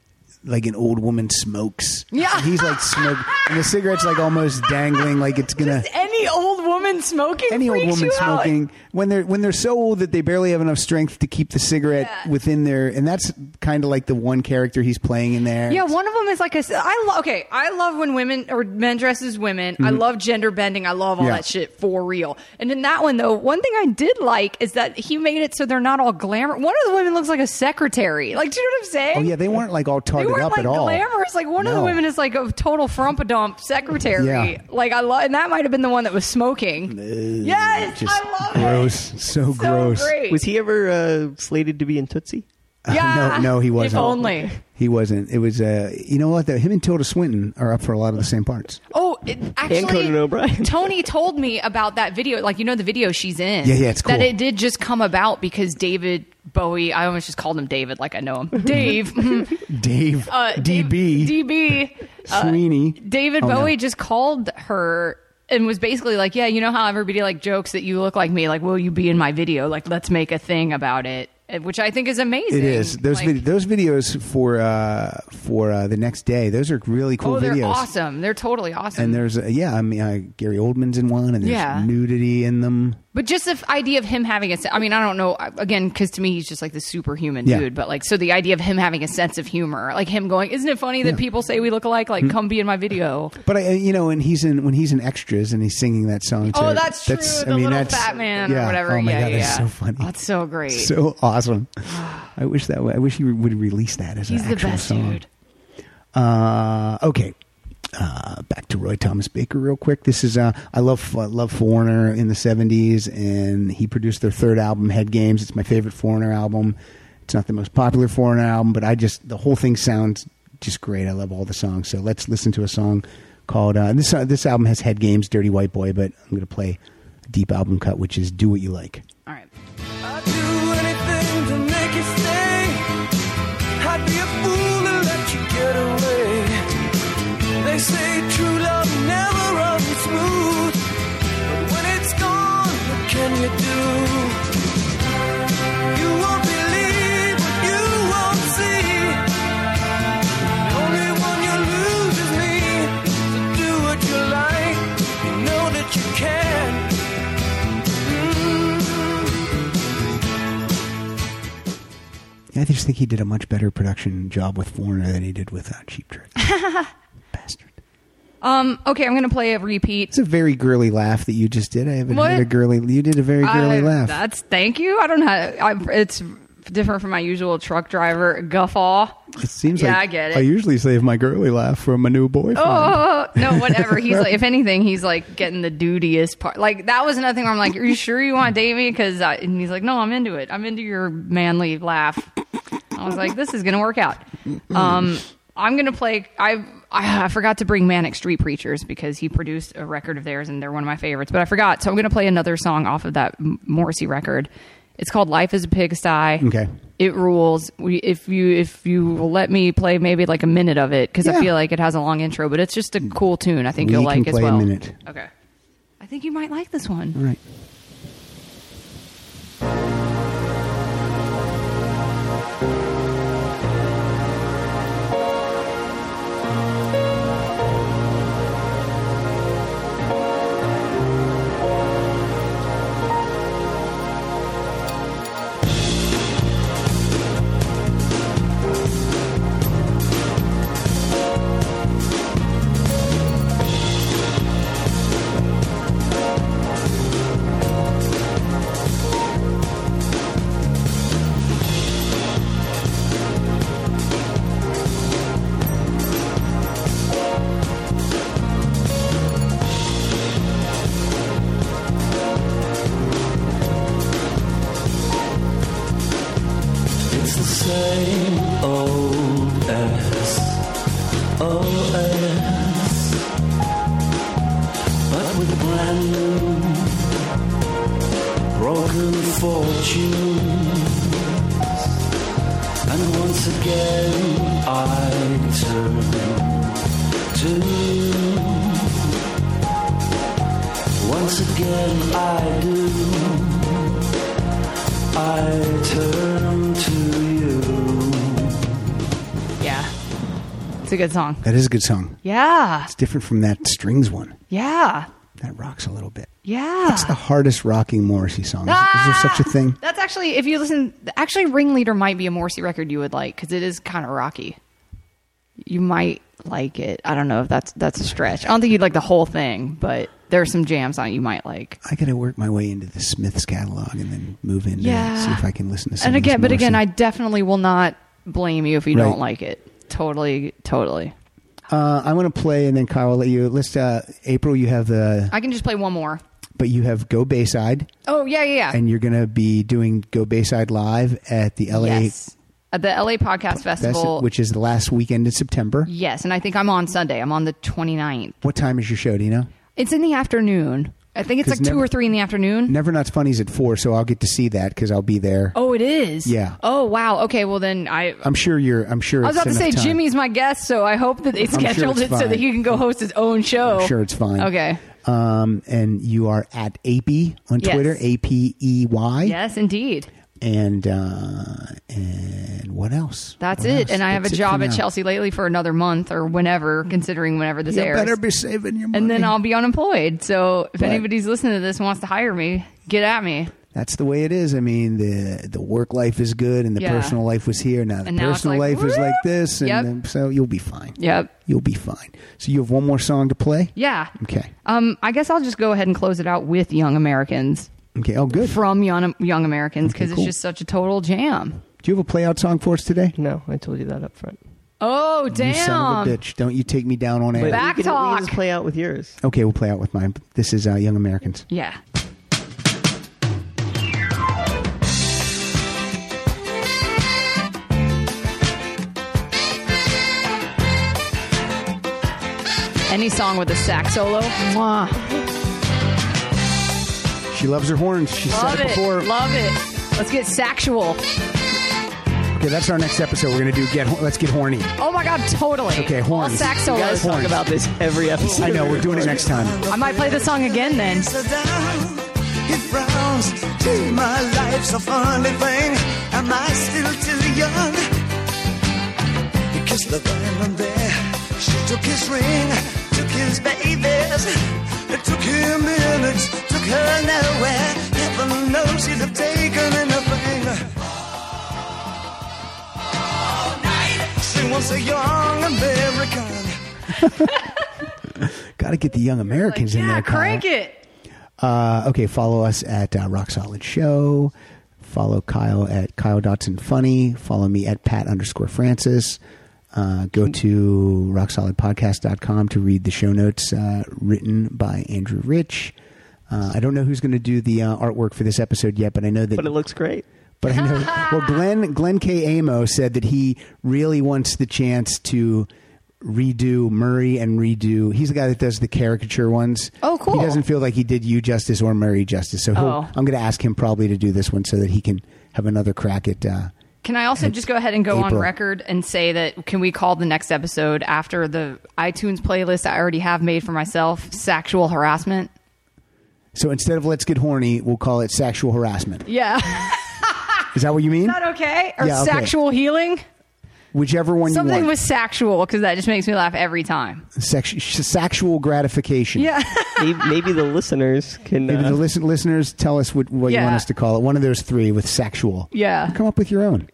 like an old woman smokes.
Yeah.
and he's like smoke, and the cigarette's like almost dangling, like it's gonna.
Any old woman woman smoking.
any old
freaks
woman
you out.
smoking when they're when they're so old that they barely have enough strength to keep the cigarette
Yeah.
within their and that's kind of like the one character he's playing in there
Yeah, one of them is like a. s- I lo- okay. I love when women or men dress as women. I love gender bending. I love all
Mm-hmm. Yeah.
that shit for real. And in that one though, one thing I did like is that he made it so they're not all glamour. One of the women looks like a secretary. Like, do you know what I'm saying?
oh yeah they weren't like all
They
tarted
weren't
up
like
at all
glamorous. Like one of the
No.
women is like a total frumpadump secretary.
Yeah.
Like I love, and that might have been the one that was smoking. yes,
just
I love
gross
it.
so,
So
gross
great.
Was he ever uh, slated to be in Tootsie?
Yeah.
no no he wasn't
If only.
he wasn't it was uh you know what though him and tilda swinton are up for a lot of the same parts
Oh, it, actually,
Conan O'Brien.
Tony told me about that video. Like you know the video she's in.
Yeah, yeah, it's
That
cool.
it did just come about because David Bowie. I almost just called him David, like I know him. Dave.
dave
uh,
db
DB. uh,
sweeney
David
Oh, no.
Bowie just called her and was basically like, "Yeah, you know how everybody like jokes that you look like me. Like, will you be in my video? Like, let's make a thing about it." eh, Which I think is amazing.
It is those
Like,
vid- those videos for uh, for uh, the next day. Those are really cool
Oh, they're
videos.
awesome. They're totally awesome.
And there's uh, yeah, I mean uh, Gary Oldman's in one, and there's
Yeah.
nudity in them.
But just the f- idea of him having a se- I mean, I don't know, I- again, because to me, he's just like the superhuman
Yeah.
dude. But like, so the idea of him having a sense of humor, like him going, isn't it funny that people say we look alike? Like,
Mm.
come be in my video.
But I, you know, and he's in when he's in extras and he's singing that song.
Oh,
to-
that's true. the little fat man
yeah.
or whatever.
Oh my
yeah,
god,
yeah,
that's
yeah.
so funny.
That's so great.
so awesome. I wish that. wa- I wish he would release that as
he's
an
the
actual
best
song.
dude.
Uh, okay. Uh, back to Roy Thomas Baker real quick. This is uh, I love I love Foreigner in the '70s, and he produced their third album, Head Games. It's my favorite Foreigner album. It's not the most popular Foreigner album, but I just the whole thing sounds just great. I love all the songs. So let's listen to a song called uh, this. Uh, this album has Head Games, Dirty White Boy, but I'm going to play a deep album cut, which is Do What You Like.
All right.
I'd do anything to make you stay. I'd be a fool to let you get away. They say true love never runs smooth, but when it's gone, what can you do? You won't believe what you won't see. The only one you lose is me. So do what you like. You know that you can. Mm.
I just think he did a much better production job with Foreigner than he did with uh, Cheap Trick. Bastard.
Um, okay, I'm going to play a repeat.
It's a very girly laugh that you just did. I haven't
What?
heard a girly. You did a very girly
I-
laugh.
That's thank you. I don't know. I, it's different from my usual truck driver guffaw.
it seems
yeah,
like
I get it.
usually save my girly laugh for my new boyfriend.
Oh no, whatever. He's like, if anything, he's like getting the dudiest part. Like that was another thing where I'm like, "Are you sure you want to date me?" Because and he's like, "No, I'm into it. I'm into your manly laugh." I was like, "This is gonna work out." Um, I'm gonna play. I I I forgot to bring Manic Street Preachers because he produced a record of theirs and they're one of my favorites. But I forgot, so I'm gonna play another song off of that M- Morrissey record. It's called "Life Is a Pigsty."
Okay.
It rules. We, if you if you will let me play maybe like a minute of it because
Yeah.
I feel like it has a long intro, but it's just a cool tune. I think
We
you'll
can
like as
play a
well.
minute.
Okay, I think you might like this one.
All right.
It's the same old ass, old ass, but with a brand new broken fortunes. And once again I turn to you. Once again I do. I turn to you.
Yeah, it's a good song.
That is a good song.
Yeah,
It's different from that strings one.
yeah.
That rocks a little bit.
Yeah. Ah!
That's the hardest rocking Morrissey song. Is- Is there such a thing?
That's actually, if you listen, actually, Ringleader might be a Morrissey record you would like because it is kind of rocky. You might like it. I don't know if that's that's a stretch. I don't think you'd like the whole thing, but there are some jams on it you might like.
I got to work my way into the Smiths catalog and then move in
Yeah.
and see if I can listen to some
And
of this
again, but again, I
Morrissey.
definitely will not blame you if you
Right.
don't like it. Totally, totally.
uh, I want to play and then Kyle will let you list. Uh, April, you have the,
I can just play one more.
but you have Go Bayside
Oh yeah, yeah, yeah.
and you're going to be doing Go Bayside live at the LA
yes, at the LA Podcast Festival.
Fest, which is the last weekend in September.
yes, and I think I'm on Sunday. I'm on the 29th.
What time is your show? Do you know?
It's in the afternoon. I think it's
'Cause
like two
never-
or three in the afternoon.
Never Not Funny's at four, so I'll get to see that because I'll be there.
Oh, it is.
Yeah.
Oh, wow. Okay. Well, then I.
I'm sure you're. I'm sure.
I was
it's
about to say
enough time.
Jimmy's my guest, so I hope that they
sure
scheduled
it's
it so
fine.
that he can go host his own show.
I'm sure it's fine.
Okay.
Um, and you are at APE on
Yes.
Twitter, A P E Y.
Yes, indeed.
And uh, and what else?
That's
What
it.
else?
And I have
That's
a
it
job
for
at
now.
Chelsea lately for another month or whenever, considering whenever this
You
airs.
better be saving your money.
and then I'll be unemployed. So if
Right.
anybody's listening to this and wants to hire me, get at me.
That's the way it is. I mean, the the work life is good, and the
Yeah.
personal life was here. Now the
And now it's
personal
like,
life is like
whoop.
this, and
Yep.
then- so you'll be fine.
Yep.
You'll be fine. So you have one more song to play.
Yeah.
Okay.
Um, I guess I'll just go ahead and close it out with Young Americans
Okay. Oh, good.
from Young, young Americans
Okay,
because
cool.
it's just such a total jam.
Do you have a play out song for us today?
No, I told you that up front.
Oh, damn.
You son of a bitch! Don't you take me down on air?
Back
we can, We
talk.
can just play out with yours.
Okay, we'll play out with mine. This is uh, Young Americans.
Yeah. Any song with a sax solo. Mwah.
She loves her horns. She
Love
said it,
it.
before.
Love it. Let's get sexual.
okay, that's our next episode. We're gonna do get. Hor- Let's get horny.
Oh my god, totally.
Okay,
All
horns.
sax
You
solos.
guys talk
Talk about this every episode.
I know. We're doing it next time.
I might play the song again then.
So down, it frowns. Gee, my life's a funny thing. Am I still too young? He kissed the diamond there. She took his ring, took his babies. It took him minutes, took her nowhere. Heaven knows he'd have taken anything. She was a young American.
Got to get the Young Americans in
Yeah,
there. Kyle.
crank it.
Uh, okay, follow us at uh, Rock Solid Show. Follow Kyle at Kyle Dotson Funny. Follow me at Pat underscore Francis. Uh, go to rocksolidpodcast.com to read the show notes uh, written by Andrew Rich. Uh, I don't know who's going to do the uh, artwork for this episode yet, but I know that
But it looks great.
But I know. well, Glenn Glenn K. Amo said that he really wants the chance to redo Murray and redo. He's the guy that does the caricature ones.
Oh, cool.
He doesn't feel like he did you justice or Murray justice, so he'll,
Oh.
I'm going to ask him probably to do this one so that he can have another crack at. Uh,
Can I also just go ahead and go on
April.
record and say that can we call the next episode after the iTunes playlist I already have made for myself sexual harassment?
so instead of let's get horny, we'll call it sexual harassment.
Yeah.
Is that what you mean?
Not okay? Or
Yeah, okay.
sexual healing?
Whichever one you
Something
want.
with sexual because that just makes me laugh every time.
Sex- sexual gratification.
Yeah.
Maybe, maybe the listeners can.
Maybe
uh,
the listen- listeners tell us what, what you
Yeah.
want us to call it. One of those three with sexual.
Yeah.
Come up with your own.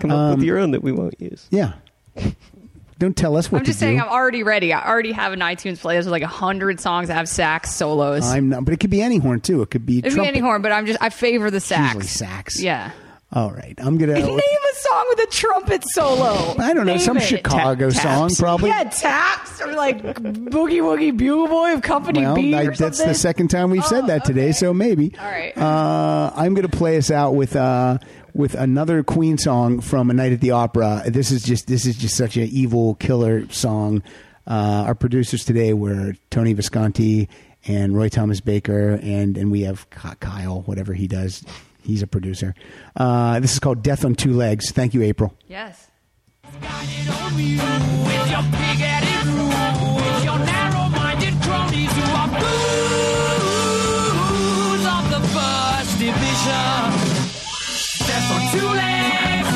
come up
um,
with your own that we won't use.
Yeah. Don't tell us what
I'm just
to
saying
do.
I'm already ready. I already have an iTunes playlist with like 100 songs that have sax solos.
I'm not, but it could be any horn too. It could be
It'd be
trumpet.
any horn, but I'm just I favor the sax.
Usually sax.
Yeah.
All right, I'm gonna.
Name a song with a trumpet solo.
I don't know
Name
some
it.
Chicago
Tap-
song
taps.
probably.
Yeah, taps or like boogie woogie bugle boy of Company
Well,
B.
I-
or
that's
something.
the second time we've said
Oh,
that today,
okay.
so maybe.
All right.
Uh, I'm going to play us out with uh, with another Queen song from A Night at the Opera. This is just this is just such an evil killer song. Uh, our producers today were Tony Visconti and Roy Thomas Baker, and and we have Ky- Kyle, whatever he does. He's a producer. Uh, this is called Death on Two Legs. Thank you, April.
Yes.
Got it on you with your pig-headed rule, with your narrow-minded cronies who are fools of the first division. That's on two legs.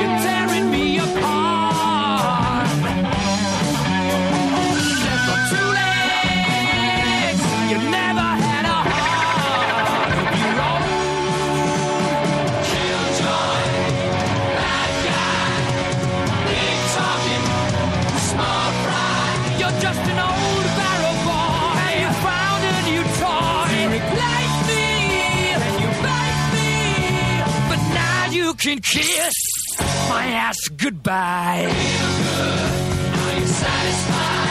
You're tearing me apart. That's on two legs.
an old barrel boy. And you found a new toy. Replace me, and you bite me. But now you can kiss my ass goodbye. Are you satisfied?